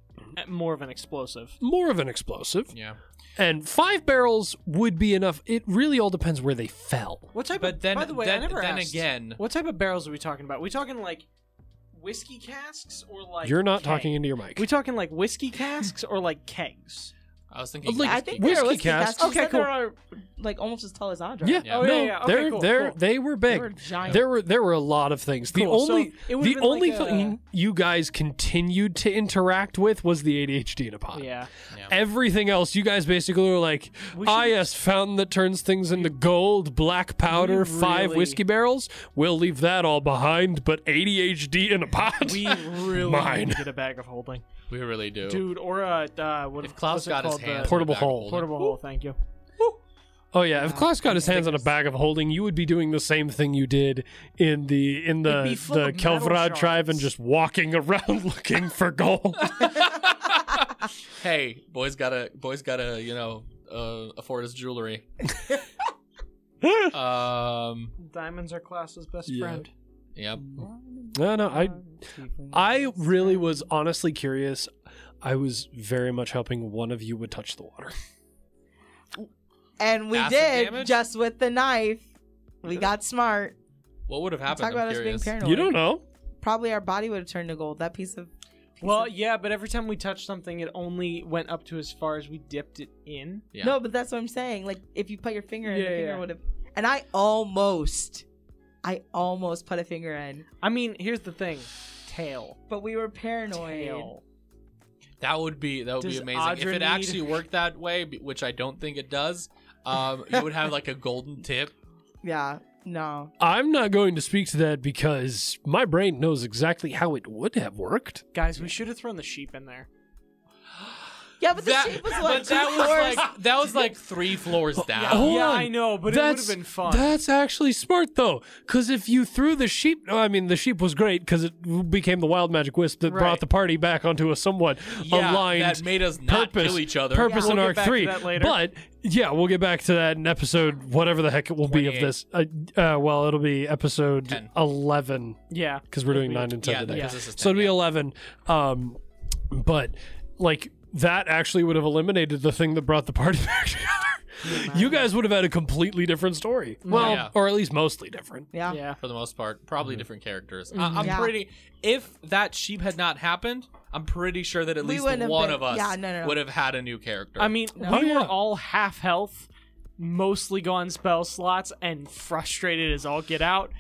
[SPEAKER 4] more of an explosive.
[SPEAKER 1] more of an explosive.
[SPEAKER 3] yeah.
[SPEAKER 1] And five barrels would be enough. It really all depends where they fell.
[SPEAKER 4] What type
[SPEAKER 3] But
[SPEAKER 4] of?
[SPEAKER 3] then,
[SPEAKER 4] by the way,
[SPEAKER 3] then,
[SPEAKER 4] I never
[SPEAKER 3] then
[SPEAKER 4] asked,
[SPEAKER 3] again,
[SPEAKER 4] What type of barrels are we talking about? we talking like whiskey casks or like?
[SPEAKER 1] You're not
[SPEAKER 4] keg?
[SPEAKER 1] talking into your mic.
[SPEAKER 4] We talking like whiskey casks or like kegs?
[SPEAKER 3] I was thinking.
[SPEAKER 1] Like,
[SPEAKER 2] I
[SPEAKER 3] whiskey.
[SPEAKER 2] think
[SPEAKER 1] whiskey
[SPEAKER 2] they're whiskey
[SPEAKER 1] casks.
[SPEAKER 2] casks. She
[SPEAKER 4] Okay,
[SPEAKER 2] said they
[SPEAKER 4] cool.
[SPEAKER 2] Are, like almost as tall as Andre.
[SPEAKER 1] yeah,
[SPEAKER 3] Yeah.
[SPEAKER 1] no,
[SPEAKER 4] Oh, yeah, yeah. Okay,
[SPEAKER 1] they're,
[SPEAKER 4] cool,
[SPEAKER 1] they're,
[SPEAKER 4] cool.
[SPEAKER 1] they were big.
[SPEAKER 2] They were giant.
[SPEAKER 1] There were there were a lot of things. The
[SPEAKER 4] Cool, so
[SPEAKER 1] only
[SPEAKER 4] it would've
[SPEAKER 1] the
[SPEAKER 4] been
[SPEAKER 1] only
[SPEAKER 4] like a-
[SPEAKER 1] thing you guys continued to interact with was the ADHD in a pot.
[SPEAKER 4] Yeah.
[SPEAKER 1] Everything else, you guys basically were like,
[SPEAKER 4] We should-
[SPEAKER 1] IS fountain that turns things into gold, black powder,
[SPEAKER 4] We
[SPEAKER 1] five
[SPEAKER 4] really-
[SPEAKER 1] whiskey barrels. We'll leave that all behind, but ADHD in a pot.
[SPEAKER 4] We really
[SPEAKER 1] Mine.
[SPEAKER 4] need to get a bag of holding.
[SPEAKER 3] we really do.
[SPEAKER 4] dude, or a uh, what
[SPEAKER 3] if Klaus
[SPEAKER 4] what's it
[SPEAKER 3] got his
[SPEAKER 4] called? The
[SPEAKER 3] hands on a
[SPEAKER 1] Portable
[SPEAKER 3] bag of
[SPEAKER 1] hole.
[SPEAKER 3] holding-
[SPEAKER 4] portable hole. Thank you.
[SPEAKER 1] oh yeah,
[SPEAKER 4] Uh,
[SPEAKER 1] if Klaus got his hands on a
[SPEAKER 4] biggest.
[SPEAKER 1] bag of holding, you would be doing the same thing you did in the in
[SPEAKER 4] It'd
[SPEAKER 1] the
[SPEAKER 4] be full
[SPEAKER 1] the
[SPEAKER 4] of metal
[SPEAKER 1] Kelvrad tribe and
[SPEAKER 4] shards.
[SPEAKER 1] just walking around looking for gold.
[SPEAKER 3] hey, boys gotta, boys gotta, you know, uh, afford his jewelry. um,
[SPEAKER 4] Diamonds are Klaus's best
[SPEAKER 1] Yeah.
[SPEAKER 4] friend.
[SPEAKER 3] yep.
[SPEAKER 2] Mm.
[SPEAKER 1] no, no,
[SPEAKER 4] Um,
[SPEAKER 1] I I really was honestly curious. I was very much hoping one of you would touch the water.
[SPEAKER 2] And we
[SPEAKER 3] Acid
[SPEAKER 2] did
[SPEAKER 3] damage?
[SPEAKER 2] just with the knife. We got smart.
[SPEAKER 3] What would have happened?
[SPEAKER 2] Talk
[SPEAKER 3] I'm
[SPEAKER 2] about us being
[SPEAKER 3] curious.
[SPEAKER 2] paranoid.
[SPEAKER 1] You don't know.
[SPEAKER 2] Probably our body would have turned to gold. That piece of. piece
[SPEAKER 4] Well,
[SPEAKER 2] of-
[SPEAKER 4] yeah, but every time we touched something, it only went up to as far as we dipped it in.
[SPEAKER 3] yeah.
[SPEAKER 2] No, but that's what I'm saying. Like if you put your finger in,
[SPEAKER 4] Yeah,
[SPEAKER 2] the finger
[SPEAKER 4] yeah.
[SPEAKER 2] would have. And I almost, I almost put a finger in,
[SPEAKER 4] I mean, here's the thing: tail,
[SPEAKER 2] but we were paranoid.
[SPEAKER 4] tail.
[SPEAKER 3] That would be that would
[SPEAKER 4] Does
[SPEAKER 3] be amazing if
[SPEAKER 4] Audra
[SPEAKER 3] it
[SPEAKER 4] need-
[SPEAKER 3] actually worked that way, b- which I don't think it does. Um, you would have like a golden tip.
[SPEAKER 2] Yeah. No.
[SPEAKER 1] I'm not going to speak to that because my brain knows exactly how it would have worked.
[SPEAKER 4] Guys, we should have thrown the sheep in there.
[SPEAKER 2] Yeah, but the
[SPEAKER 3] That-
[SPEAKER 2] shape was
[SPEAKER 3] but
[SPEAKER 2] like
[SPEAKER 3] that
[SPEAKER 2] two
[SPEAKER 3] was
[SPEAKER 2] floors.
[SPEAKER 3] like that was like three floors down.
[SPEAKER 1] Hold
[SPEAKER 4] yeah,
[SPEAKER 1] on.
[SPEAKER 4] I know, but it would have been fun.
[SPEAKER 1] That's actually smart though, because if you threw the sheep, no, I mean the sheep was great because it became the wild magic wisp that
[SPEAKER 4] Right.
[SPEAKER 1] brought the party back onto a somewhat
[SPEAKER 3] yeah,
[SPEAKER 1] aligned
[SPEAKER 3] that made us not
[SPEAKER 1] purpose,
[SPEAKER 3] kill each other.
[SPEAKER 1] Purpose
[SPEAKER 4] Yeah,
[SPEAKER 1] in
[SPEAKER 4] we'll get
[SPEAKER 1] arc
[SPEAKER 4] back to
[SPEAKER 1] three,
[SPEAKER 4] that later.
[SPEAKER 1] but yeah, we'll get back to that in episode whatever the heck it will be of
[SPEAKER 3] 28.
[SPEAKER 1] this. Uh, uh, well, it'll be episode
[SPEAKER 3] 10.
[SPEAKER 1] eleven
[SPEAKER 4] Yeah,
[SPEAKER 1] because we're doing
[SPEAKER 4] be-
[SPEAKER 1] nine and ten
[SPEAKER 3] Yeah,
[SPEAKER 1] today.
[SPEAKER 3] because this is
[SPEAKER 1] So it'd be
[SPEAKER 3] ten, yeah.
[SPEAKER 1] eleven. Um, but like that actually would have eliminated the thing that brought the party back together. you guys would have had a completely different story. Well,
[SPEAKER 3] Yeah.
[SPEAKER 1] or at least mostly different.
[SPEAKER 2] yeah.
[SPEAKER 4] yeah.
[SPEAKER 3] for the most part. Probably different characters. I- I'm
[SPEAKER 2] Mm-hmm. Yeah.
[SPEAKER 3] pretty. If that sheep had not happened, I'm pretty sure that at
[SPEAKER 2] We
[SPEAKER 3] least
[SPEAKER 2] wouldn't have
[SPEAKER 3] one
[SPEAKER 2] been-
[SPEAKER 3] of us
[SPEAKER 2] yeah, no, no, no.
[SPEAKER 3] would have had a new character.
[SPEAKER 4] I mean,
[SPEAKER 2] No.
[SPEAKER 4] we
[SPEAKER 1] Oh, yeah.
[SPEAKER 4] were all half health, mostly gone spell slots, and frustrated as all get out.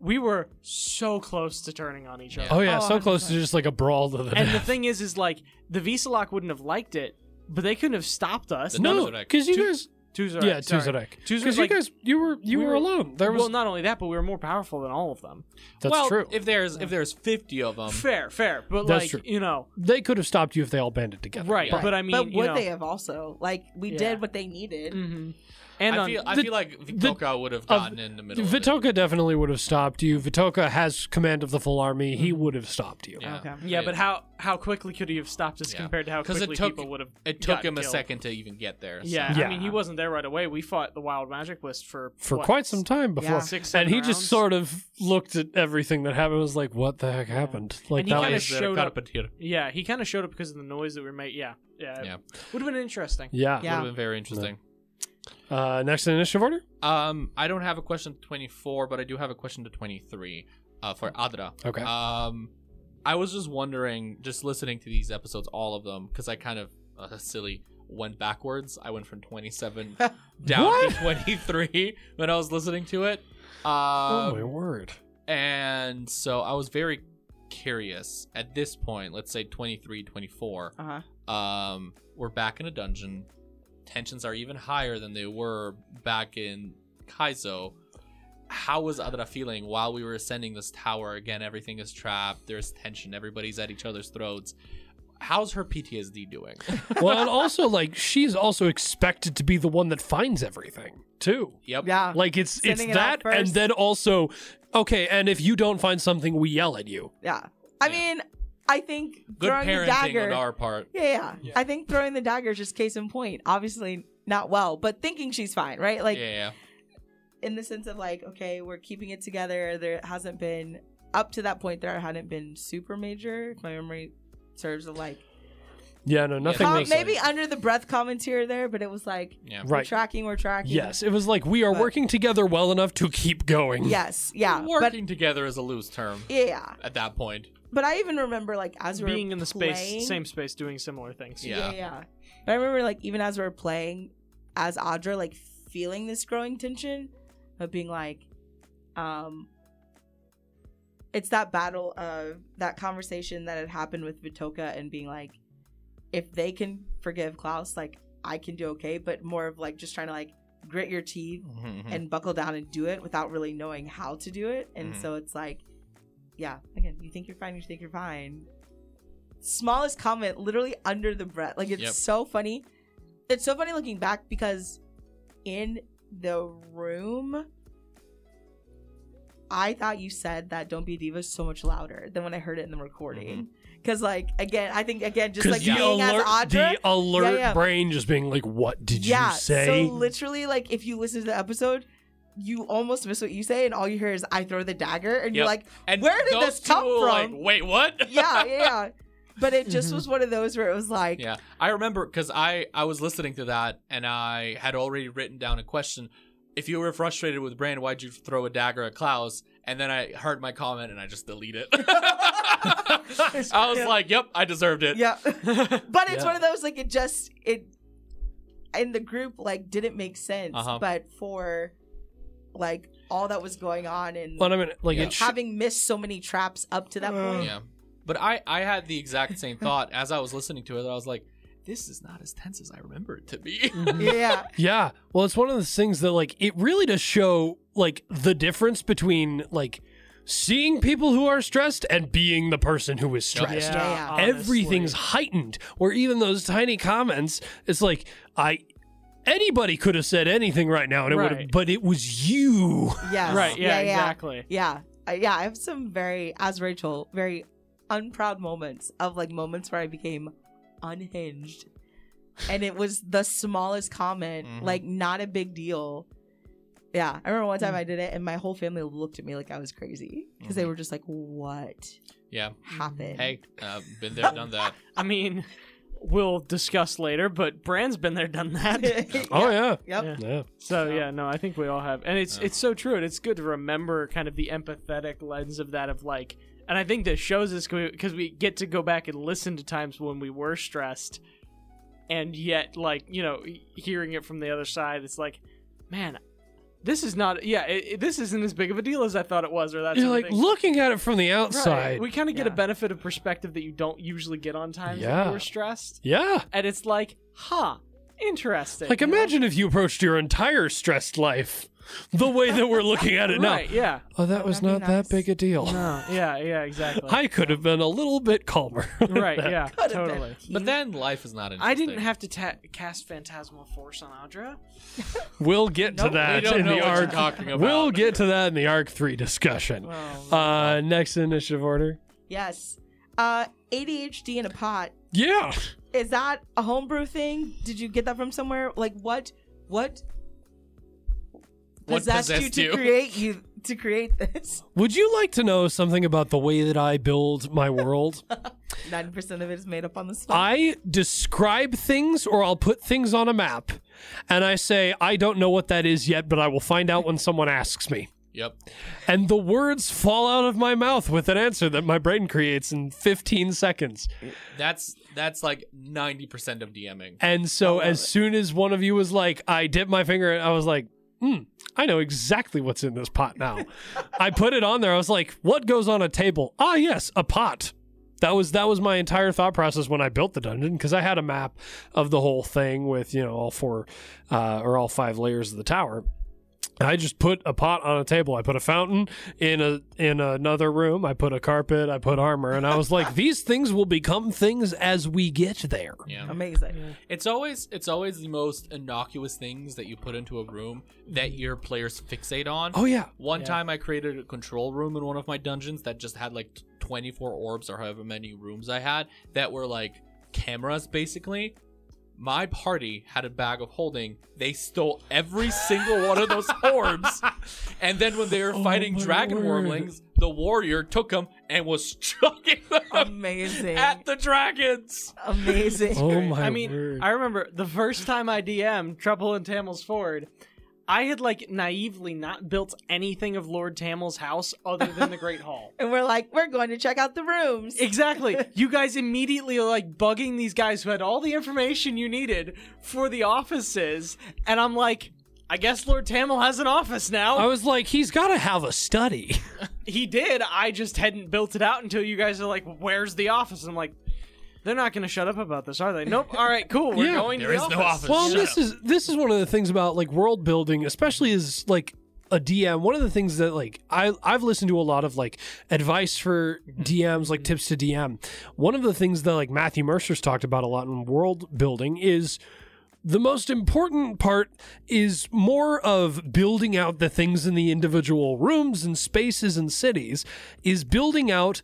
[SPEAKER 4] We were so close to turning on each other.
[SPEAKER 1] Oh yeah,
[SPEAKER 2] Oh,
[SPEAKER 1] so close to just like a brawl to the
[SPEAKER 4] And the
[SPEAKER 1] death.
[SPEAKER 4] thing is, is like the Visalok wouldn't have liked it, but they couldn't have stopped us.
[SPEAKER 3] The
[SPEAKER 1] no,
[SPEAKER 3] Tuzarek.
[SPEAKER 1] because you
[SPEAKER 4] Tu-
[SPEAKER 1] guys,
[SPEAKER 4] Tuzarek,
[SPEAKER 1] yeah,
[SPEAKER 4] sorry.
[SPEAKER 1] Tuzarek,
[SPEAKER 4] Tuzarek,
[SPEAKER 1] because you
[SPEAKER 4] like,
[SPEAKER 1] guys, you were you
[SPEAKER 4] we
[SPEAKER 1] were
[SPEAKER 4] were-
[SPEAKER 1] alone. There was
[SPEAKER 4] well, not only that, but we were more powerful than all of them.
[SPEAKER 1] that's
[SPEAKER 3] well,
[SPEAKER 1] true.
[SPEAKER 3] if there's if there's 50 of them,
[SPEAKER 4] Fair, fair, but
[SPEAKER 1] That's
[SPEAKER 4] like
[SPEAKER 1] true.
[SPEAKER 4] you know,
[SPEAKER 1] they could have stopped you if they all banded together.
[SPEAKER 4] right?
[SPEAKER 3] Yeah.
[SPEAKER 4] But I mean,
[SPEAKER 2] but
[SPEAKER 4] you
[SPEAKER 2] would
[SPEAKER 4] know,
[SPEAKER 2] they have also? Like we
[SPEAKER 4] Yeah.
[SPEAKER 2] did what they needed.
[SPEAKER 3] Mm.
[SPEAKER 4] mhm. And
[SPEAKER 3] I
[SPEAKER 4] on,
[SPEAKER 3] feel I
[SPEAKER 1] the-
[SPEAKER 3] feel like
[SPEAKER 1] the-
[SPEAKER 3] Vitoka would have gotten in the middle. of it.
[SPEAKER 1] Vitoka definitely would have stopped you. Vitoka has command of the full army. He would have stopped you.
[SPEAKER 3] Yeah.
[SPEAKER 2] Okay.
[SPEAKER 4] Mm-hmm. yeah, but how how quickly could he have stopped us
[SPEAKER 3] Yeah.
[SPEAKER 4] compared to how
[SPEAKER 3] 'Cause it
[SPEAKER 4] quickly
[SPEAKER 3] took-
[SPEAKER 4] people would have?
[SPEAKER 3] It took
[SPEAKER 4] gotten
[SPEAKER 3] him a
[SPEAKER 4] killed?
[SPEAKER 3] second to even get there. so-
[SPEAKER 4] Yeah,
[SPEAKER 1] Yeah.
[SPEAKER 4] I mean, he wasn't there right away. We fought the wild magic list for
[SPEAKER 1] For
[SPEAKER 4] what,
[SPEAKER 1] quite some time before.
[SPEAKER 2] Yeah.
[SPEAKER 4] six,
[SPEAKER 1] And
[SPEAKER 4] seven
[SPEAKER 1] he just
[SPEAKER 4] rounds?
[SPEAKER 1] sort of looked at everything that happened and was like, what the heck happened? Like,
[SPEAKER 4] And he
[SPEAKER 1] that
[SPEAKER 4] kinda
[SPEAKER 1] was.
[SPEAKER 4] sh- showed up-
[SPEAKER 3] Would have
[SPEAKER 4] Yeah, he kind of showed up because of the noise that we made. Yeah, yeah,
[SPEAKER 3] Yeah.
[SPEAKER 4] would have been interesting.
[SPEAKER 1] yeah.
[SPEAKER 2] Yeah.
[SPEAKER 3] been very interesting.
[SPEAKER 1] Uh, next in initiative order?
[SPEAKER 3] Um, I don't have a question to 24, but I do have a question to 23 uh, for
[SPEAKER 1] Mm.
[SPEAKER 3] Adra.
[SPEAKER 1] Okay.
[SPEAKER 3] Um, I was just wondering, just listening to these episodes, all of them, because I kind of uh, silly went backwards. I went from 27 down to 23 when I was listening to it.
[SPEAKER 1] oh
[SPEAKER 3] Um,
[SPEAKER 1] my word.
[SPEAKER 3] and so I was very curious at this point, let's say 23, 24.
[SPEAKER 2] Uh huh.
[SPEAKER 3] Um, we're back in a dungeon. Tensions are even higher than they were back in Kaizo. How was Adra feeling while we were ascending this tower? Again, everything is trapped. There's tension. Everybody's at each other's throats. How's her PTSD doing?
[SPEAKER 1] Well, and also like she's also expected to be the one that finds everything too.
[SPEAKER 3] yep.
[SPEAKER 2] Yeah.
[SPEAKER 1] Like it's
[SPEAKER 2] Uh, Sending
[SPEAKER 1] it's
[SPEAKER 2] it out
[SPEAKER 1] that, and
[SPEAKER 2] first.
[SPEAKER 1] then also, okay, and if you don't find something, we yell at you.
[SPEAKER 2] Yeah. I
[SPEAKER 3] Yeah.
[SPEAKER 2] mean, I think
[SPEAKER 3] Good
[SPEAKER 2] throwing
[SPEAKER 3] parenting
[SPEAKER 2] a dagger.
[SPEAKER 3] on our part.
[SPEAKER 2] yeah, yeah,
[SPEAKER 1] Yeah.
[SPEAKER 2] I think throwing the dagger is just case in point. Obviously, not well, but thinking she's fine, right? Like
[SPEAKER 3] yeah, yeah.
[SPEAKER 2] in the sense of like, okay, we're keeping it together. There hasn't been up to that point there hadn't been super major. If my memory serves of like
[SPEAKER 1] Yeah, no, nothing.
[SPEAKER 2] Com-
[SPEAKER 3] Well,
[SPEAKER 1] was
[SPEAKER 3] like-
[SPEAKER 2] maybe under the breath commentary there, but it was like
[SPEAKER 3] yeah.
[SPEAKER 2] we're
[SPEAKER 1] right.
[SPEAKER 2] tracking, we're tracking.
[SPEAKER 1] Yes, it was like we are
[SPEAKER 2] But-
[SPEAKER 1] working together well enough to keep going.
[SPEAKER 2] Yes. Yeah. But
[SPEAKER 3] Working together is a loose term
[SPEAKER 2] yeah, yeah.
[SPEAKER 3] at that point.
[SPEAKER 2] But I even remember like as we were
[SPEAKER 4] being in the
[SPEAKER 2] playing-
[SPEAKER 4] space, same space, doing similar things.
[SPEAKER 3] Yeah.
[SPEAKER 2] yeah, yeah. But I remember like even as we were playing as Audra, like feeling this growing tension, but being like, um, it's that battle of that conversation that had happened with Vitoka and being like, if they can forgive Klaus, like I can do okay, but more of like just trying to like grit your teeth
[SPEAKER 1] Mm-hmm.
[SPEAKER 2] and buckle down and do it without really knowing how to do it. And
[SPEAKER 1] Mm-hmm.
[SPEAKER 3] Mhm.
[SPEAKER 2] so it's like, yeah, again, you think you're fine, you think you're fine. Smallest comment, literally under the breath. Like it's
[SPEAKER 3] Yep.
[SPEAKER 2] so funny. It's so funny looking back because in the room, I thought you said that "Don't Be a Diva" so much louder than when I heard it in the recording. Because, like, again, I think again, just
[SPEAKER 1] Because
[SPEAKER 2] like
[SPEAKER 1] Mm-hmm. the,
[SPEAKER 2] being
[SPEAKER 1] alert,
[SPEAKER 2] as Audra,
[SPEAKER 1] the alert
[SPEAKER 2] Yeah, yeah.
[SPEAKER 1] brain just being like, "What did
[SPEAKER 2] yeah,
[SPEAKER 1] you say?"
[SPEAKER 2] So literally, like if you listen to the episode, you almost miss what you say, and all you hear is "I throw the dagger," and you're
[SPEAKER 3] Yep.
[SPEAKER 2] like,
[SPEAKER 3] And
[SPEAKER 2] Where did
[SPEAKER 3] those
[SPEAKER 2] this come
[SPEAKER 3] two were Like,
[SPEAKER 2] from?
[SPEAKER 3] Wait, what?
[SPEAKER 2] "Yeah, yeah." yeah. But it just
[SPEAKER 1] Mm-hmm.
[SPEAKER 4] Mhm.
[SPEAKER 2] was one of those where it was like,
[SPEAKER 3] Yeah, I remember because I I was listening to that and I had already written down a question. If you were frustrated with Brand, why'd you throw a dagger at Klaus? And then I heard my comment and I just delete it. I was
[SPEAKER 2] Yeah.
[SPEAKER 3] like, "Yep, I deserved it."
[SPEAKER 2] yeah. but it's
[SPEAKER 1] Yeah.
[SPEAKER 2] one of those like it just it in the group like didn't make sense,
[SPEAKER 3] Uh-huh.
[SPEAKER 2] but for like all that was going on and
[SPEAKER 1] but I mean, like
[SPEAKER 3] Yeah.
[SPEAKER 1] it. Sh-
[SPEAKER 2] having missed so many traps up to that
[SPEAKER 1] Uh,
[SPEAKER 2] point.
[SPEAKER 3] Yeah. But I I had the exact same thought as I was listening to it. I was like, "This is not as tense as I remember it to be."
[SPEAKER 2] Yeah,
[SPEAKER 1] yeah. Well, it's one of those things that like it really does show like the difference between like seeing people who are stressed and being the person who is
[SPEAKER 3] Yep.
[SPEAKER 1] stressed.
[SPEAKER 2] Yeah,
[SPEAKER 4] honestly.
[SPEAKER 1] everything's heightened where even those tiny comments it's like i anybody could have said anything right now and it would have
[SPEAKER 4] Right.
[SPEAKER 1] but it was you
[SPEAKER 2] yes.
[SPEAKER 4] right. Yeah, exactly.
[SPEAKER 2] Yeah. Uh, yeah. I have some very, as Rachel, very unproud moments of like moments where I became unhinged. And it was the smallest comment,
[SPEAKER 3] Mhm.
[SPEAKER 2] like not a big deal. Yeah. I remember one time I did it and my whole family looked at me like I was crazy because they
[SPEAKER 3] Mhm.
[SPEAKER 2] were just like, what
[SPEAKER 3] yeah.
[SPEAKER 2] happened?
[SPEAKER 3] Hey, uh, been there, done that.
[SPEAKER 4] I mean, we'll discuss later, but Brand's been there, done that.
[SPEAKER 1] oh yeah
[SPEAKER 2] Yep.
[SPEAKER 4] Yeah.
[SPEAKER 1] yeah
[SPEAKER 4] So yeah, no, I think we all have, and it's
[SPEAKER 3] Yeah.
[SPEAKER 4] it's so true, and it's good to remember kind of the empathetic lens of that of like, and I think this shows us because we get to go back and listen to times when we were stressed, and yet like you know he- hearing it from the other side, it's like, man, this is not yeah, it, it- this isn't as big of a deal as I thought it was, or that's
[SPEAKER 1] you're like looking at it from the outside
[SPEAKER 4] We kind of get a
[SPEAKER 2] Yeah.
[SPEAKER 4] benefit of perspective that you don't usually get on times
[SPEAKER 1] Yeah.
[SPEAKER 4] when we're stressed,
[SPEAKER 1] yeah
[SPEAKER 4] and it's like, huh, interesting.
[SPEAKER 1] like
[SPEAKER 4] you know?
[SPEAKER 1] imagine if you approached your entire stressed life the way that we're looking at it
[SPEAKER 4] Right, yeah.
[SPEAKER 1] now oh that was
[SPEAKER 2] That'd
[SPEAKER 1] not
[SPEAKER 2] be nice.
[SPEAKER 1] that big a deal
[SPEAKER 4] No, yeah, yeah, exactly.
[SPEAKER 1] i could have been a little bit calmer
[SPEAKER 4] right, yeah,
[SPEAKER 2] Could have been
[SPEAKER 4] totally.
[SPEAKER 3] But then life is not interesting.
[SPEAKER 4] I didn't have to ta- cast Phantasmal Force on Audra.
[SPEAKER 1] we'll get to
[SPEAKER 2] Nope. We
[SPEAKER 1] that
[SPEAKER 3] We don't
[SPEAKER 1] in
[SPEAKER 3] know
[SPEAKER 1] the
[SPEAKER 3] what
[SPEAKER 1] arc
[SPEAKER 3] you're talking about.
[SPEAKER 1] we'll get to that in the arc 3 discussion uh next initiative order
[SPEAKER 2] Yes. Uh, ADHD in a pot.
[SPEAKER 1] yeah
[SPEAKER 2] Is that a homebrew thing? Did you get that from somewhere? Like what? What?
[SPEAKER 3] What
[SPEAKER 2] you
[SPEAKER 3] possessed
[SPEAKER 2] to
[SPEAKER 3] you?
[SPEAKER 2] create you to create this?
[SPEAKER 1] Would you like to know something about the way that I build my world?
[SPEAKER 2] Ninety percent of it is made up on the spot.
[SPEAKER 1] I describe things or I'll put things on a map and I say, I don't know what that is yet, but I will find out when someone asks me.
[SPEAKER 3] Yep.
[SPEAKER 1] and the words fall out of my mouth with an answer that my brain creates in 15 seconds.
[SPEAKER 3] That's that's like ninety percent of DMing.
[SPEAKER 1] And so as soon as one of you was like, I dipped my finger and I was like, hmm, I know exactly what's in this pot now. I put it on there. I was like, what goes on a table? Ah, yes, a pot. That was that was my entire thought process when I built the dungeon because I had a map of the whole thing with you know all four uh, or all five layers of the tower. And I just put a pot on a table. I put a fountain in a in another room. I put a carpet. I put armor, and I was like, these things will become things as we get there.
[SPEAKER 3] Yeah.
[SPEAKER 2] Mm-hmm. Amazing.
[SPEAKER 3] It's always it's always the most innocuous things that you put into a room that your players fixate on.
[SPEAKER 1] Oh yeah,
[SPEAKER 3] One time I created a control room in one of my dungeons that just had like 24 orbs or however many rooms I had that were like cameras basically. My party had a bag of holding. They stole every single one of those orbs. And then when they were fighting
[SPEAKER 1] Oh my
[SPEAKER 3] dragon
[SPEAKER 1] word.
[SPEAKER 3] wormlings, the warrior took them and was chucking them
[SPEAKER 2] Amazing.
[SPEAKER 3] at the dragons.
[SPEAKER 2] Amazing.
[SPEAKER 1] Oh my
[SPEAKER 4] I mean,
[SPEAKER 1] word.
[SPEAKER 4] I remember the first time I DM Trouble in Tamils Ford, I had like naively not built anything of Lord Tamil's house other than the Great Hall.
[SPEAKER 2] And we're like, we're going to check out the rooms.
[SPEAKER 4] Exactly. You guys immediately are like bugging these guys who had all the information you needed for the offices, and I'm like, I guess Lord Tamil has an office now.
[SPEAKER 1] I was like, he's got to have a study.
[SPEAKER 4] he did. I just hadn't built it out until you guys are like, "Where's the office?" I'm like, "They're not going to shut up about this, are they?" Nope. All right, cool. We're
[SPEAKER 1] Yeah.
[SPEAKER 4] going
[SPEAKER 3] There
[SPEAKER 4] to
[SPEAKER 3] is
[SPEAKER 4] the
[SPEAKER 3] no office.
[SPEAKER 1] well,
[SPEAKER 3] Shut
[SPEAKER 1] this
[SPEAKER 3] up.
[SPEAKER 1] is this is one of the things about like world building, especially as like a DM. One of the things that like I I've listened to a lot of like advice for DMs, like tips to DM. One of the things that like Matthew Mercer's talked about a lot in world building is the most important part is more of building out the things in the individual rooms and spaces and cities is building out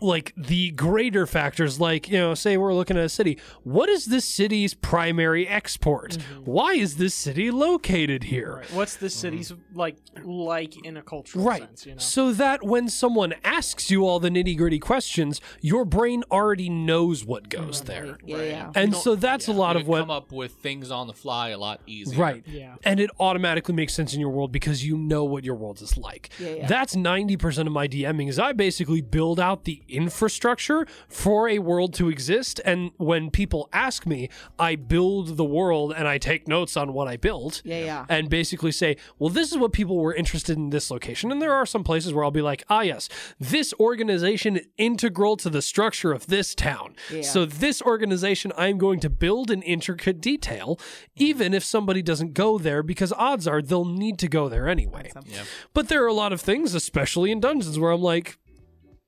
[SPEAKER 1] like the greater factors like you know say we're looking at a city what is this city's primary export why is this city located here
[SPEAKER 4] Right. What's the city's like like in a cultural
[SPEAKER 1] Mm-hmm. right
[SPEAKER 4] sense? You know.
[SPEAKER 1] so that when someone asks you all the nitty-gritty questions your brain already knows what goes there
[SPEAKER 2] Yeah, yeah.
[SPEAKER 1] and so that's a lot
[SPEAKER 3] You
[SPEAKER 1] of
[SPEAKER 3] can
[SPEAKER 1] what
[SPEAKER 3] come up with things on the fly a lot easier.
[SPEAKER 1] Right.
[SPEAKER 4] Yeah.
[SPEAKER 1] And it automatically makes sense in your world because you know what your world is like.
[SPEAKER 2] Yeah, yeah.
[SPEAKER 1] That's 90% of my DMing is I basically build out the infrastructure for a world to exist. And when people ask me, I build the world and I take notes on what I built
[SPEAKER 2] Yeah, yeah.
[SPEAKER 1] and basically say, well, this is what people were interested in this location. And there are some places where I'll be like, ah, yes, this organization is integral to the structure of this town.
[SPEAKER 2] Yeah.
[SPEAKER 1] So this organization, I'm going to build in intricate detail, even if somebody doesn't go there, because odds are they'll need to go there anyway.
[SPEAKER 3] Yeah.
[SPEAKER 1] But there are a lot of things, especially in dungeons, where I'm like,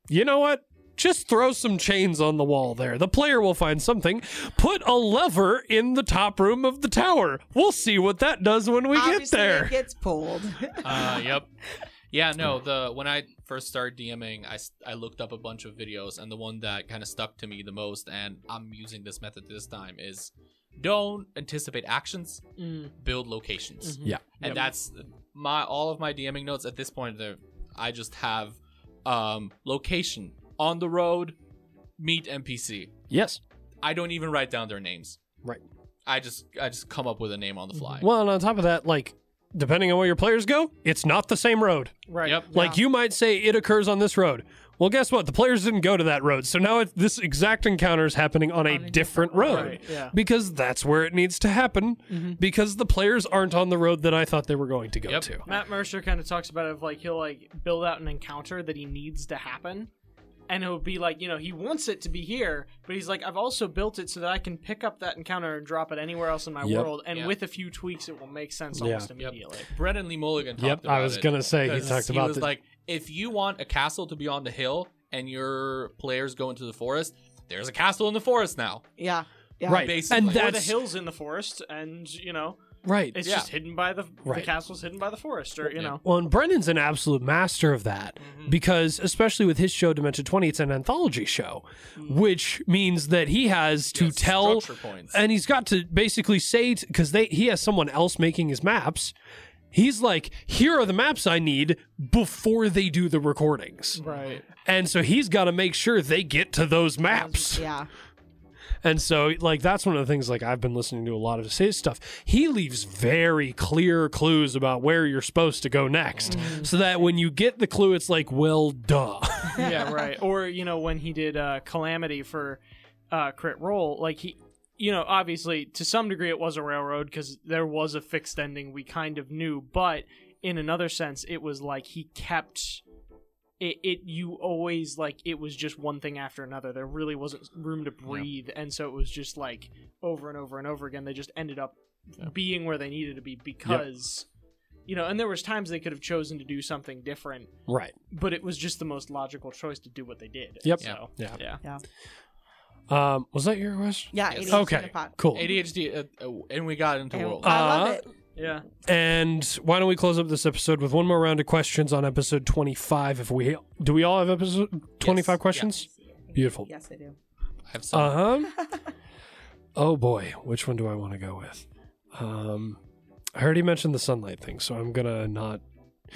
[SPEAKER 1] you know what? Just throw some chains on the wall there. The player will find something. Put a lever in the top room of the tower. We'll see what that does when we get
[SPEAKER 2] Obviously,
[SPEAKER 1] there.
[SPEAKER 2] It gets pulled.
[SPEAKER 3] uh, yep. Yeah, no. The when I first started DMing, I, s- I looked up a bunch of videos, and the one that kind of stuck to me the most, and I'm using this method this time is don't anticipate actions,
[SPEAKER 4] Mm.
[SPEAKER 3] build locations,
[SPEAKER 4] Mhm.
[SPEAKER 1] Yeah.
[SPEAKER 3] and that's my all of my DMing notes at this point. They're, I just have um, location on the road, meet NPC.
[SPEAKER 1] yes.
[SPEAKER 3] I don't even write down their names.
[SPEAKER 1] Right. Mm-hmm.
[SPEAKER 3] I just I just come up with a name on the fly.
[SPEAKER 1] Well, and on top of that, like, depending on where your players go, it's not the same road.
[SPEAKER 4] Right.
[SPEAKER 3] Yep.
[SPEAKER 1] Like, you might say it occurs on this road. Well, guess what? The players didn't go to that road. So now it, this exact encounter is happening on a,
[SPEAKER 2] a
[SPEAKER 1] different road. Mm-hmm.
[SPEAKER 4] Right, yeah.
[SPEAKER 1] Because that's where it needs to happen. Because the players aren't on the road that I thought they were going to go
[SPEAKER 3] Yep.
[SPEAKER 1] to.
[SPEAKER 4] Matt Mercer kind of talks about it of like he'll like build out an encounter that he needs to happen. And it'll be like, you know, he wants it to be here, but he's like, I've also built it so that I can pick up that encounter and drop it anywhere else in my
[SPEAKER 1] Yep.
[SPEAKER 4] world. And
[SPEAKER 3] Yeah.
[SPEAKER 4] with a few tweaks, it will make sense
[SPEAKER 1] Yeah.
[SPEAKER 4] almost
[SPEAKER 3] Yep.
[SPEAKER 4] immediately.
[SPEAKER 3] Brendan Lee Mulligan talked
[SPEAKER 1] Yep,
[SPEAKER 3] about
[SPEAKER 1] I was
[SPEAKER 3] it.
[SPEAKER 1] gonna say, he
[SPEAKER 3] Because
[SPEAKER 1] talked about
[SPEAKER 3] was
[SPEAKER 1] the-
[SPEAKER 3] like if you want a castle to be on the hill and your players go into the forest, there's a castle in the forest now.
[SPEAKER 2] yeah. Yeah.
[SPEAKER 1] Right.
[SPEAKER 3] Basically.
[SPEAKER 1] And
[SPEAKER 3] Or the
[SPEAKER 4] Or the
[SPEAKER 1] that's
[SPEAKER 4] hills in the forest, and you know,
[SPEAKER 1] right.
[SPEAKER 4] it's
[SPEAKER 3] Yeah.
[SPEAKER 4] just hidden by the
[SPEAKER 1] Right.
[SPEAKER 4] the castle's hidden by the forest, or you know,
[SPEAKER 1] Well, and Brendan's an absolute master of that because, especially with his show Dimension 20, it's an anthology show, which means that he has to
[SPEAKER 3] Yes,
[SPEAKER 1] tell.
[SPEAKER 3] structure points.
[SPEAKER 1] And he's got to basically say, because they he has someone else making his maps. He's like, here are the maps I need before they do the recordings.
[SPEAKER 4] right?
[SPEAKER 1] And so he's got to make sure they get to those maps.
[SPEAKER 2] Yeah.
[SPEAKER 1] And so, like, that's one of the things, like, I've been listening to a lot of his stuff. He leaves very clear clues about where you're supposed to go next. So that when you get the clue, it's like, well, duh.
[SPEAKER 4] yeah, right. Or you know when he did uh, Calamity for uh, Crit Roll, like he, you know, obviously to some degree it was a railroad because there was a fixed ending we kind of knew, but in another sense it was like he kept it. It you always like it was just one thing after another. There really wasn't room to breathe, and so it was just like over and over and over again. They just ended up being where they needed to be because. You know, and there was times they could have chosen to do something different,
[SPEAKER 1] right.
[SPEAKER 4] but it was just the most logical choice to do what they did.
[SPEAKER 1] Yep.
[SPEAKER 4] So,
[SPEAKER 1] Yeah.
[SPEAKER 4] yeah.
[SPEAKER 1] Um, was that your question?
[SPEAKER 2] Yeah, ADHD
[SPEAKER 3] Yes.
[SPEAKER 2] in a
[SPEAKER 1] Okay.
[SPEAKER 2] pot.
[SPEAKER 1] Cool.
[SPEAKER 3] ADHD, uh, uh, and we got into
[SPEAKER 2] And
[SPEAKER 3] world.
[SPEAKER 2] I
[SPEAKER 1] Uh,
[SPEAKER 2] love it.
[SPEAKER 4] Yeah.
[SPEAKER 1] And why don't we close up this episode with one more round of questions on episode 25 if we do we all have episode 25
[SPEAKER 3] yeah.
[SPEAKER 1] questions? Beautiful.
[SPEAKER 2] Yes, I do.
[SPEAKER 3] I have some.
[SPEAKER 1] Uh-huh. oh boy, which one do I want to go with? Um I already mentioned the sunlight thing, so I'm going to not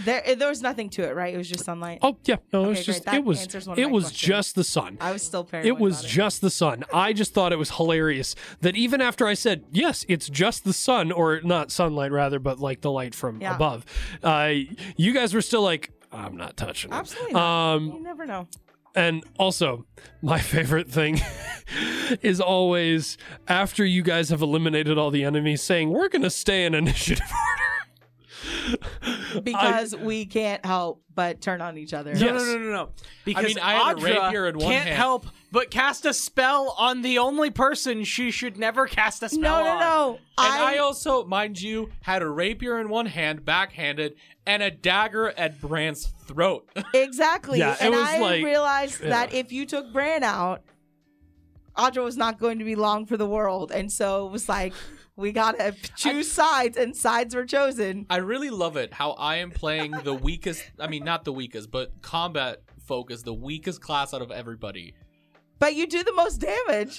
[SPEAKER 2] There, there was nothing to it, right? It was just sunlight.
[SPEAKER 1] Oh, yeah. No, it
[SPEAKER 2] Okay,
[SPEAKER 1] was
[SPEAKER 2] great.
[SPEAKER 1] just
[SPEAKER 2] That
[SPEAKER 1] it was
[SPEAKER 2] answers one of
[SPEAKER 1] it
[SPEAKER 2] my
[SPEAKER 1] was
[SPEAKER 2] questions.
[SPEAKER 1] just the sun.
[SPEAKER 2] I was still paranoid.
[SPEAKER 1] It was
[SPEAKER 2] about
[SPEAKER 1] just the sun. I just thought it was hilarious that even after I said, yes, it's just the sun, or not sunlight rather, but like the light from
[SPEAKER 2] Yeah.
[SPEAKER 1] above, uh, you guys were still like, I'm not touching it.
[SPEAKER 2] Absolutely not.
[SPEAKER 1] Um,
[SPEAKER 2] You never know.
[SPEAKER 1] and also, my favorite thing is always after you guys have eliminated all the enemies, saying, we're going to stay in initiative order.
[SPEAKER 2] Because we can't help but turn on each other.
[SPEAKER 1] Yeah.
[SPEAKER 4] No,
[SPEAKER 1] Yes.
[SPEAKER 4] no, no, no, no. Because
[SPEAKER 3] mean, I had a
[SPEAKER 4] Audra
[SPEAKER 3] rapier in one
[SPEAKER 4] can't
[SPEAKER 3] hand.
[SPEAKER 4] help but cast a spell on the only person she should never cast a spell
[SPEAKER 2] No, no,
[SPEAKER 4] on.
[SPEAKER 2] no.
[SPEAKER 3] And I,
[SPEAKER 2] I,
[SPEAKER 3] also, mind you, had a rapier in one hand, backhanded, and a dagger at Brand's throat.
[SPEAKER 2] exactly.
[SPEAKER 1] Yeah, it
[SPEAKER 2] and
[SPEAKER 1] was
[SPEAKER 2] I
[SPEAKER 1] like-
[SPEAKER 2] realized
[SPEAKER 1] yeah.
[SPEAKER 2] that if you took Bran out, Audra was not going to be long for the world, and so it was like we gotta choose sides, and sides were chosen.
[SPEAKER 3] I really love it how I am playing the weakest, I mean, not the weakest, but combat focus, the weakest class out of everybody.
[SPEAKER 2] but you do the most damage.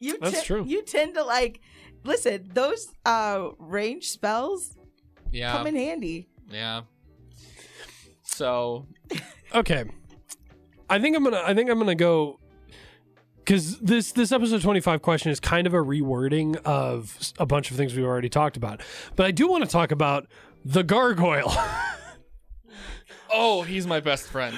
[SPEAKER 2] you
[SPEAKER 1] That's
[SPEAKER 2] ten-
[SPEAKER 1] true.
[SPEAKER 2] You tend to like listen. Those uh range spells
[SPEAKER 3] Yeah.
[SPEAKER 2] come in handy.
[SPEAKER 3] Yeah. So,
[SPEAKER 1] okay i think i'm gonna i think i'm gonna go because this this episode 25 question is kind of a rewording of s- a bunch of things we've already talked about but i do want to talk about the gargoyle
[SPEAKER 3] oh, he's my best friend.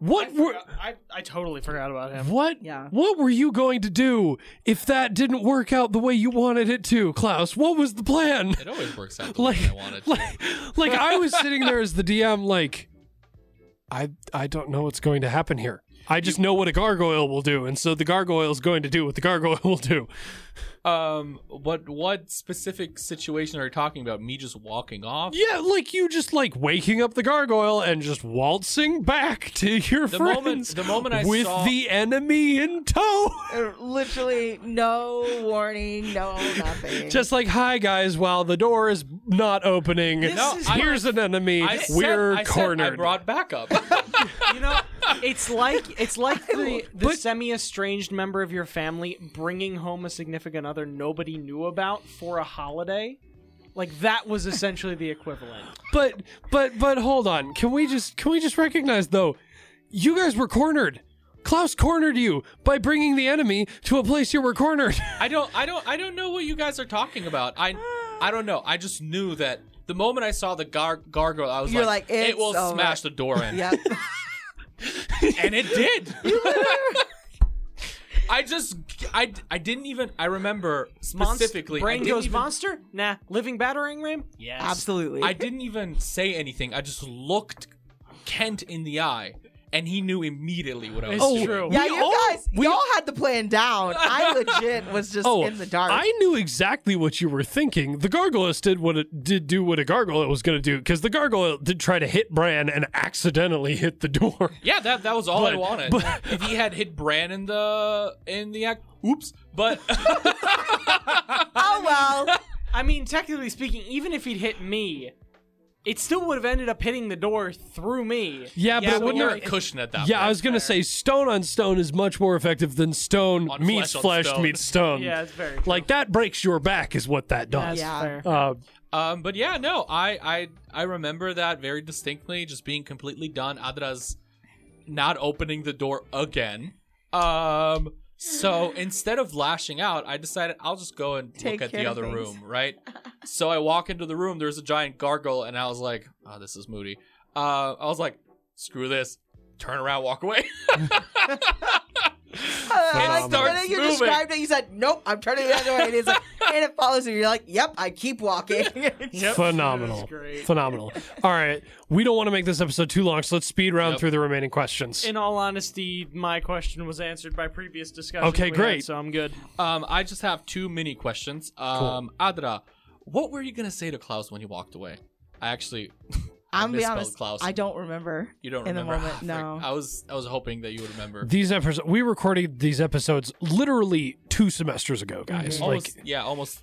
[SPEAKER 1] what were
[SPEAKER 4] I, I totally forgot about him.
[SPEAKER 1] what
[SPEAKER 2] Yeah.
[SPEAKER 1] what were you going to do if that didn't work out the way you wanted it to klaus what was the plan
[SPEAKER 3] It always works out the
[SPEAKER 1] like,
[SPEAKER 3] way I wanted to.
[SPEAKER 1] like, like I was sitting there as the DM, like, I I don't know what's going to happen here. I just know what a gargoyle will do, and so the gargoyle is going to do what the gargoyle will do.
[SPEAKER 3] Um, what what specific situation are you talking about? Me just walking off?
[SPEAKER 1] Yeah, like you just like waking up the gargoyle and just waltzing back to your
[SPEAKER 3] The
[SPEAKER 1] friends.
[SPEAKER 3] moment- the moment I
[SPEAKER 1] with
[SPEAKER 3] saw-
[SPEAKER 1] the enemy in tow,
[SPEAKER 2] Uh, Literally, no warning, no nothing.
[SPEAKER 1] just like hi guys, while the door is not opening,
[SPEAKER 3] No, is-
[SPEAKER 1] here's an enemy.
[SPEAKER 3] I said-
[SPEAKER 1] We're
[SPEAKER 3] I said
[SPEAKER 1] cornered.
[SPEAKER 3] I brought backup.
[SPEAKER 4] You know, it's like it's like the, the semi-estranged member of your family bringing home a significant other nobody knew about for a holiday. Like that was essentially the equivalent.
[SPEAKER 1] But but but hold on. Can we just can we just recognize though? You guys were cornered. Klaus cornered you by bringing the enemy to a place you were cornered.
[SPEAKER 3] I don't I don't I don't know what you guys are talking about. I I don't know. I just knew that the moment I saw the gar- gargoyle, I was
[SPEAKER 2] You're
[SPEAKER 3] like,
[SPEAKER 2] like,
[SPEAKER 3] it
[SPEAKER 2] "It's
[SPEAKER 3] will
[SPEAKER 2] over."
[SPEAKER 3] smash the door in.
[SPEAKER 2] Yep.
[SPEAKER 3] And it did. I just I, I didn't even I remember
[SPEAKER 4] Monst-
[SPEAKER 3] specifically I
[SPEAKER 4] brain
[SPEAKER 3] didn't
[SPEAKER 4] goes
[SPEAKER 3] even-
[SPEAKER 4] monster. Nah, living battering ram. Yes,
[SPEAKER 2] Absolutely.
[SPEAKER 3] I didn't even say anything. I just looked Kent in the eye and he knew immediately what I was
[SPEAKER 4] It's
[SPEAKER 3] doing.
[SPEAKER 4] true.
[SPEAKER 2] yeah,
[SPEAKER 1] we
[SPEAKER 2] you
[SPEAKER 1] all-
[SPEAKER 2] guys, y'all had the plan down. I legit was just
[SPEAKER 1] Oh,
[SPEAKER 2] in the dark.
[SPEAKER 1] I knew exactly what you were thinking. The gargoyles did what it did do what a gargoyle was going to do because the gargoyle did try to hit Bran and accidentally hit the door.
[SPEAKER 3] Yeah, that that was all I
[SPEAKER 1] But-
[SPEAKER 3] wanted.
[SPEAKER 1] but-
[SPEAKER 3] if he had hit Bran in the in the act, oops. But
[SPEAKER 2] oh well.
[SPEAKER 4] I mean, technically speaking, even if he'd hit me, it still would have ended up hitting the door through me.
[SPEAKER 1] Yeah, but
[SPEAKER 3] yeah,
[SPEAKER 1] it
[SPEAKER 3] but
[SPEAKER 1] wouldn't.
[SPEAKER 3] you're
[SPEAKER 1] have-
[SPEAKER 3] a cushion at that.
[SPEAKER 1] yeah, I
[SPEAKER 3] point.
[SPEAKER 1] was going to say stone on stone is much more effective than stone
[SPEAKER 3] On
[SPEAKER 1] meets
[SPEAKER 3] flesh on
[SPEAKER 1] flesh
[SPEAKER 3] stone.
[SPEAKER 1] meets stone.
[SPEAKER 4] Yeah, it's very true.
[SPEAKER 1] Like that breaks your back is what that does.
[SPEAKER 4] That's
[SPEAKER 2] Yeah.
[SPEAKER 4] fair.
[SPEAKER 1] Uh,
[SPEAKER 3] Um, but yeah, no, I, I I remember that very distinctly, just being completely done. Adra's not opening the door again, Um, so instead of lashing out, I decided I'll just go and
[SPEAKER 2] Take
[SPEAKER 3] look at the
[SPEAKER 2] care of
[SPEAKER 3] other
[SPEAKER 2] things.
[SPEAKER 3] room, right? so I walk into the room. There's a giant gargoyle, and I was like, "Oh, this is moody." Uh, I was like, "Screw this!" Turn around, walk away.
[SPEAKER 2] I Uh, like the
[SPEAKER 1] Phenomenal.
[SPEAKER 2] way that you
[SPEAKER 3] Moving.
[SPEAKER 2] described it. You said, "Nope, I'm turning the other way," and it's like, and it follows you. You're like, "Yep, I keep walking."
[SPEAKER 4] Yep.
[SPEAKER 1] Phenomenal.
[SPEAKER 4] That's great.
[SPEAKER 1] Phenomenal. All right. We don't want to make this episode too long, so let's speed round
[SPEAKER 3] Yep.
[SPEAKER 1] through the remaining questions.
[SPEAKER 4] In all honesty, my question was answered by previous discussion.
[SPEAKER 1] Okay,
[SPEAKER 4] we had,
[SPEAKER 1] great.
[SPEAKER 4] so I'm good.
[SPEAKER 3] um, I just have two mini questions. Um, Adra, what were you gonna say to Klaus when he walked away? I actually,
[SPEAKER 2] I'm gonna be
[SPEAKER 3] misspelled
[SPEAKER 2] honest.
[SPEAKER 3] Klaus.
[SPEAKER 2] I don't remember.
[SPEAKER 3] you don't
[SPEAKER 2] In the
[SPEAKER 3] remember.
[SPEAKER 2] moment,
[SPEAKER 3] Frick.
[SPEAKER 2] no.
[SPEAKER 3] I was, I was hoping that you would remember.
[SPEAKER 1] these episodes, we recorded these episodes literally two semesters ago, guys.
[SPEAKER 2] Mhm.
[SPEAKER 1] Like,
[SPEAKER 3] almost, yeah, almost,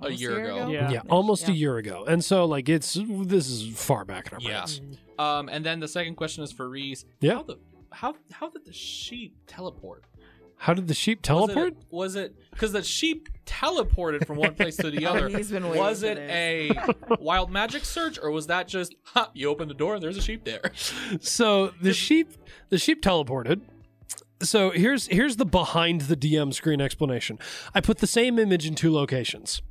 [SPEAKER 2] Almost
[SPEAKER 3] a year, ago.
[SPEAKER 1] yeah,
[SPEAKER 4] Mm-hmm. Yeah.
[SPEAKER 1] almost a
[SPEAKER 2] Yeah.
[SPEAKER 1] year ago. And so, like, it's this is far back in our
[SPEAKER 3] Yeah.
[SPEAKER 1] brains.
[SPEAKER 3] Um, and then the second question is for Reese.
[SPEAKER 1] Yeah.
[SPEAKER 3] How the how how did the sheep teleport?
[SPEAKER 1] How did the sheep teleport?
[SPEAKER 3] Was it because the sheep teleported from one place to the other?
[SPEAKER 2] Oh, he's been waiting
[SPEAKER 3] was
[SPEAKER 2] for
[SPEAKER 3] it a wild magic search or was that just ha, you open the door and there's a sheep there?
[SPEAKER 1] so the sheep the sheep teleported so here's here's the behind the dm screen explanation i put the same image in two locations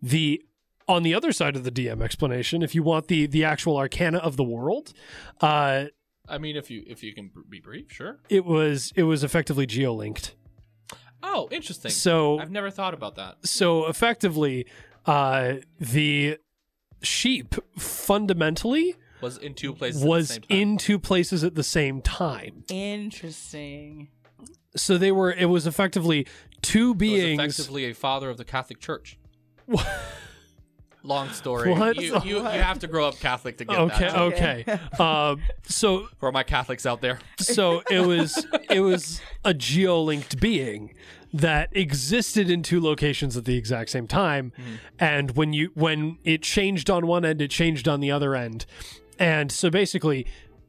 [SPEAKER 1] the on the other side of the dm explanation if you want the the actual arcana of the world uh
[SPEAKER 3] I mean, if you if you can be brief, sure.
[SPEAKER 1] it was it was effectively geolinked
[SPEAKER 3] Oh, interesting.
[SPEAKER 1] so
[SPEAKER 3] I've never thought about that.
[SPEAKER 1] so effectively uh the sheep fundamentally
[SPEAKER 3] Was in two places.
[SPEAKER 1] was
[SPEAKER 3] at the same time.
[SPEAKER 1] in two places at the same time
[SPEAKER 2] Interesting.
[SPEAKER 1] so they were it was effectively two
[SPEAKER 3] It was
[SPEAKER 1] beings
[SPEAKER 3] effectively a father of the Catholic Church. Long story.
[SPEAKER 1] What?
[SPEAKER 3] You, you, you have to grow up Catholic to get
[SPEAKER 1] okay oh.
[SPEAKER 3] that.
[SPEAKER 1] okay uh, so
[SPEAKER 3] For my Catholics out there.
[SPEAKER 1] so it was it was a geolinked being that existed in two locations at the exact same time
[SPEAKER 3] Mm-hmm.
[SPEAKER 1] and when you when it changed on one end it changed on the other end and so basically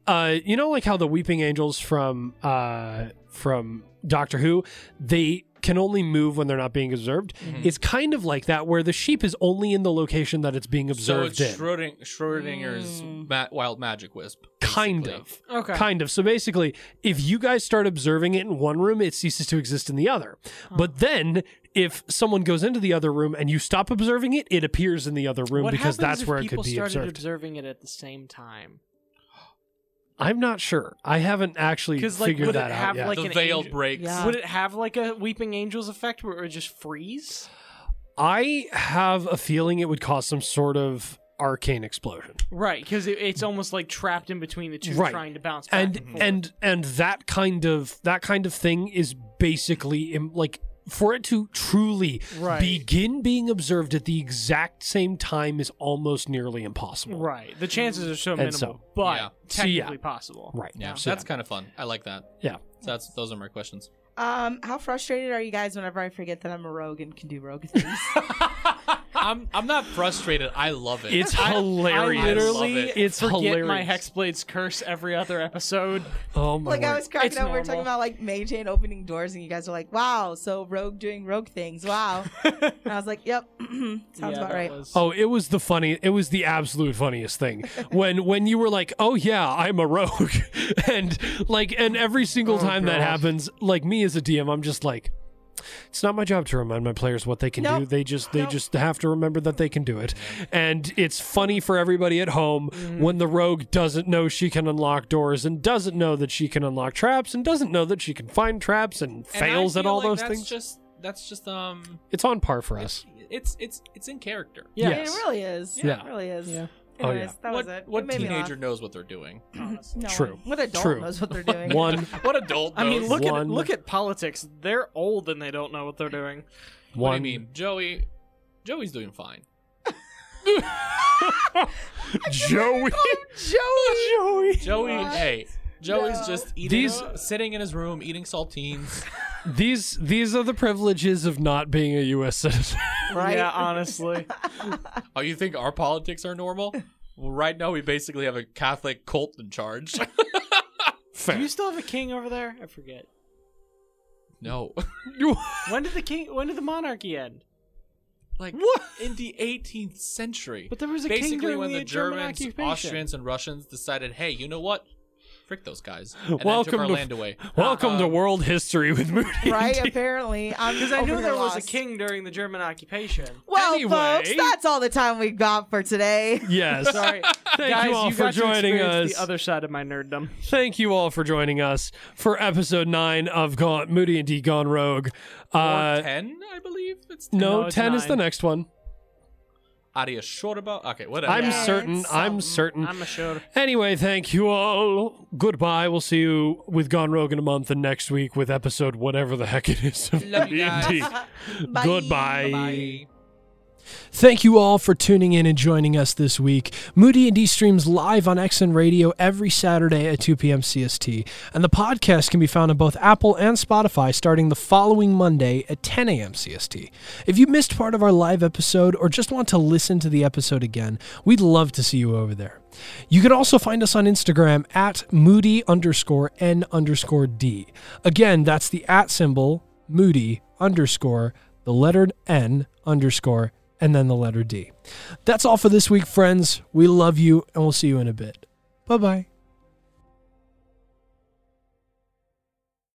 [SPEAKER 1] uh you know like how the weeping angels from uh from doctor who they can only move when they're not being observed
[SPEAKER 3] Mm-hmm.
[SPEAKER 1] it's kind of like that where the sheep is only in the location that it's being observed
[SPEAKER 3] so it's
[SPEAKER 1] in
[SPEAKER 3] Schroding- Schrodinger's
[SPEAKER 2] Mm.
[SPEAKER 3] ma- wild magic wisp.
[SPEAKER 1] kind
[SPEAKER 3] basically.
[SPEAKER 1] of
[SPEAKER 4] Okay.
[SPEAKER 1] kind of so basically if you guys start observing it in one room it ceases to exist in the other but then if someone goes into the other room and you stop observing it it appears in the other room
[SPEAKER 4] what
[SPEAKER 1] because
[SPEAKER 4] happens
[SPEAKER 1] that's
[SPEAKER 4] if
[SPEAKER 1] where it
[SPEAKER 4] people
[SPEAKER 1] could be
[SPEAKER 4] started
[SPEAKER 1] observed
[SPEAKER 4] observing it at the same time?
[SPEAKER 1] i'm not sure i haven't actually
[SPEAKER 4] 'Cause, like,
[SPEAKER 1] figured
[SPEAKER 4] would it
[SPEAKER 1] that out
[SPEAKER 4] have,
[SPEAKER 1] yet
[SPEAKER 4] like-
[SPEAKER 3] the
[SPEAKER 4] an
[SPEAKER 3] veil
[SPEAKER 4] angel-
[SPEAKER 3] breaks.
[SPEAKER 2] Yeah.
[SPEAKER 4] Would it have like a Weeping Angels effect where it would just freeze?
[SPEAKER 1] i have a feeling it would cause some sort of arcane explosion
[SPEAKER 4] Right, because it, it's almost like trapped in between the two,
[SPEAKER 1] Right.
[SPEAKER 4] trying to bounce back
[SPEAKER 1] and
[SPEAKER 4] and,
[SPEAKER 3] Mm-hmm.
[SPEAKER 4] forth.
[SPEAKER 1] and and that kind of that kind of thing is basically im- like for it to truly
[SPEAKER 4] Right.
[SPEAKER 1] begin being observed at the exact same time is almost nearly impossible.
[SPEAKER 4] right. The chances are so minimal,
[SPEAKER 1] And so-
[SPEAKER 4] but
[SPEAKER 3] Yeah.
[SPEAKER 1] So, yeah.
[SPEAKER 4] technically possible.
[SPEAKER 1] Right.
[SPEAKER 3] Yeah,
[SPEAKER 1] So,
[SPEAKER 3] that's kind of fun. I like that.
[SPEAKER 1] yeah.
[SPEAKER 3] So that's those are my questions.
[SPEAKER 2] Um, how frustrated are you guys whenever I forget that I'm a rogue and can do rogue things?
[SPEAKER 3] I'm I'm not frustrated. I love it.
[SPEAKER 1] It's
[SPEAKER 4] I
[SPEAKER 1] hilarious.
[SPEAKER 4] literally
[SPEAKER 3] love it.
[SPEAKER 1] it's
[SPEAKER 4] forget
[SPEAKER 1] hilarious.
[SPEAKER 4] my Hexblade's curse every other episode.
[SPEAKER 1] Oh my
[SPEAKER 2] like I
[SPEAKER 1] word.
[SPEAKER 2] was cracking
[SPEAKER 4] It's
[SPEAKER 2] up. We were talking
[SPEAKER 4] normal.
[SPEAKER 2] about like Mage Hand opening doors, and you guys were like, "Wow, so rogue doing rogue things." Wow. and I was like, "Yep, sounds about right."
[SPEAKER 1] Oh, it was the funny. It was the absolute funniest thing when when you were like, "Oh yeah, I'm a rogue," and like, and every
[SPEAKER 3] Oh,
[SPEAKER 1] single time that happens, like me as a DM, I'm just like, it's not my job to remind my players what they can do.
[SPEAKER 2] Nope.
[SPEAKER 1] They just they
[SPEAKER 2] Nope.
[SPEAKER 1] just have to remember that they can do it, and it's funny for everybody at home
[SPEAKER 3] Mm-hmm.
[SPEAKER 1] when the rogue doesn't know she can unlock doors and doesn't know that she can unlock traps and doesn't know that she can find traps and
[SPEAKER 3] And I
[SPEAKER 1] fails at
[SPEAKER 3] feel
[SPEAKER 1] all
[SPEAKER 3] like
[SPEAKER 1] those
[SPEAKER 3] that's
[SPEAKER 1] things.
[SPEAKER 3] Just that's just um,
[SPEAKER 1] It's on par for us.
[SPEAKER 3] it's it's it's in character.
[SPEAKER 4] yeah.
[SPEAKER 2] I mean, it really is.
[SPEAKER 1] Yeah.
[SPEAKER 2] It really is.
[SPEAKER 4] Yeah.
[SPEAKER 1] Oh,
[SPEAKER 2] Anyways,
[SPEAKER 1] yeah.
[SPEAKER 2] that
[SPEAKER 3] what
[SPEAKER 2] was it.
[SPEAKER 3] what
[SPEAKER 2] it made me laugh.
[SPEAKER 3] teenager knows what they're doing?
[SPEAKER 2] No
[SPEAKER 1] True.
[SPEAKER 2] one- What adult
[SPEAKER 1] True.
[SPEAKER 2] knows what they're doing?
[SPEAKER 1] One
[SPEAKER 3] What adult?
[SPEAKER 4] I mean,
[SPEAKER 3] knows?
[SPEAKER 4] look
[SPEAKER 1] One-
[SPEAKER 4] at look at politics. They're old and they don't know what they're doing.
[SPEAKER 3] What do
[SPEAKER 1] one
[SPEAKER 3] you mean, Joey? Joey's doing fine.
[SPEAKER 1] Joey.
[SPEAKER 2] Joey.
[SPEAKER 3] Joey, hey, Joey's
[SPEAKER 2] No.
[SPEAKER 3] just eating,
[SPEAKER 1] These-
[SPEAKER 3] sitting in his room eating saltines.
[SPEAKER 1] These these are the privileges of not being a U.S. citizen.
[SPEAKER 2] Right.
[SPEAKER 4] Yeah, honestly.
[SPEAKER 3] oh, you think our politics are normal? Well, right now we basically have a Catholic cult in charge.
[SPEAKER 4] Do you still have a king over there? I forget.
[SPEAKER 3] no,
[SPEAKER 4] When did the king? When did the monarchy end?
[SPEAKER 3] like in the 18th century.
[SPEAKER 4] But there was a king
[SPEAKER 3] basically
[SPEAKER 4] during
[SPEAKER 3] when
[SPEAKER 4] the
[SPEAKER 3] the Germans,
[SPEAKER 4] German occupation.
[SPEAKER 3] Austrians, and Russians decided, hey, you know what? Frick those guys. And
[SPEAKER 1] Welcome
[SPEAKER 3] then took
[SPEAKER 1] to-
[SPEAKER 3] our land away.
[SPEAKER 1] Welcome to
[SPEAKER 3] Um,
[SPEAKER 1] world history with Moody. and
[SPEAKER 2] right?
[SPEAKER 1] Dee.
[SPEAKER 2] Apparently,
[SPEAKER 4] Because
[SPEAKER 2] because
[SPEAKER 4] I knew there was a king during the German occupation.
[SPEAKER 2] Well,
[SPEAKER 1] Anyway.
[SPEAKER 2] folks, that's all the time we got for today.
[SPEAKER 1] Yes.
[SPEAKER 4] Sorry,
[SPEAKER 1] Thank
[SPEAKER 4] guys,
[SPEAKER 1] you all for
[SPEAKER 4] got to
[SPEAKER 1] joining
[SPEAKER 4] experience
[SPEAKER 1] us.
[SPEAKER 4] The other side of my nerddom.
[SPEAKER 1] Thank you all for joining us for episode nine of Gone Moody and D Gone Rogue.
[SPEAKER 3] Or
[SPEAKER 1] Uh,
[SPEAKER 3] ten, I believe it's ten.
[SPEAKER 1] no,
[SPEAKER 4] No, it's
[SPEAKER 1] ten is the
[SPEAKER 4] nine.
[SPEAKER 1] next one.
[SPEAKER 3] Aria short about. Okay, whatever.
[SPEAKER 1] I'm
[SPEAKER 2] Yeah,
[SPEAKER 1] certain.
[SPEAKER 2] it's
[SPEAKER 1] I'm
[SPEAKER 2] something.
[SPEAKER 1] certain.
[SPEAKER 4] I'm a sure.
[SPEAKER 1] Anyway, thank you all. Goodbye. We'll see you with Gone Rogue in a month and next week with episode whatever the heck it is of
[SPEAKER 3] Love you guys.
[SPEAKER 1] D&D.
[SPEAKER 2] Bye.
[SPEAKER 1] Goodbye.
[SPEAKER 3] Bye.
[SPEAKER 1] Thank you all for tuning in and joining us this week. Moody and D streams live on XN Radio every Saturday at 2 p.m. CST, and the podcast can be found on both Apple and Spotify starting the following Monday at 10 a.m. CST. If you missed part of our live episode or just want to listen to the episode again, we'd love to see you over there. You can also find us on Instagram at Moody underscore N underscore D. Again, that's the at symbol Moody underscore the letter N underscore and then the letter D. That's all for this week, friends. We love you and we'll see you in a bit. Bye bye.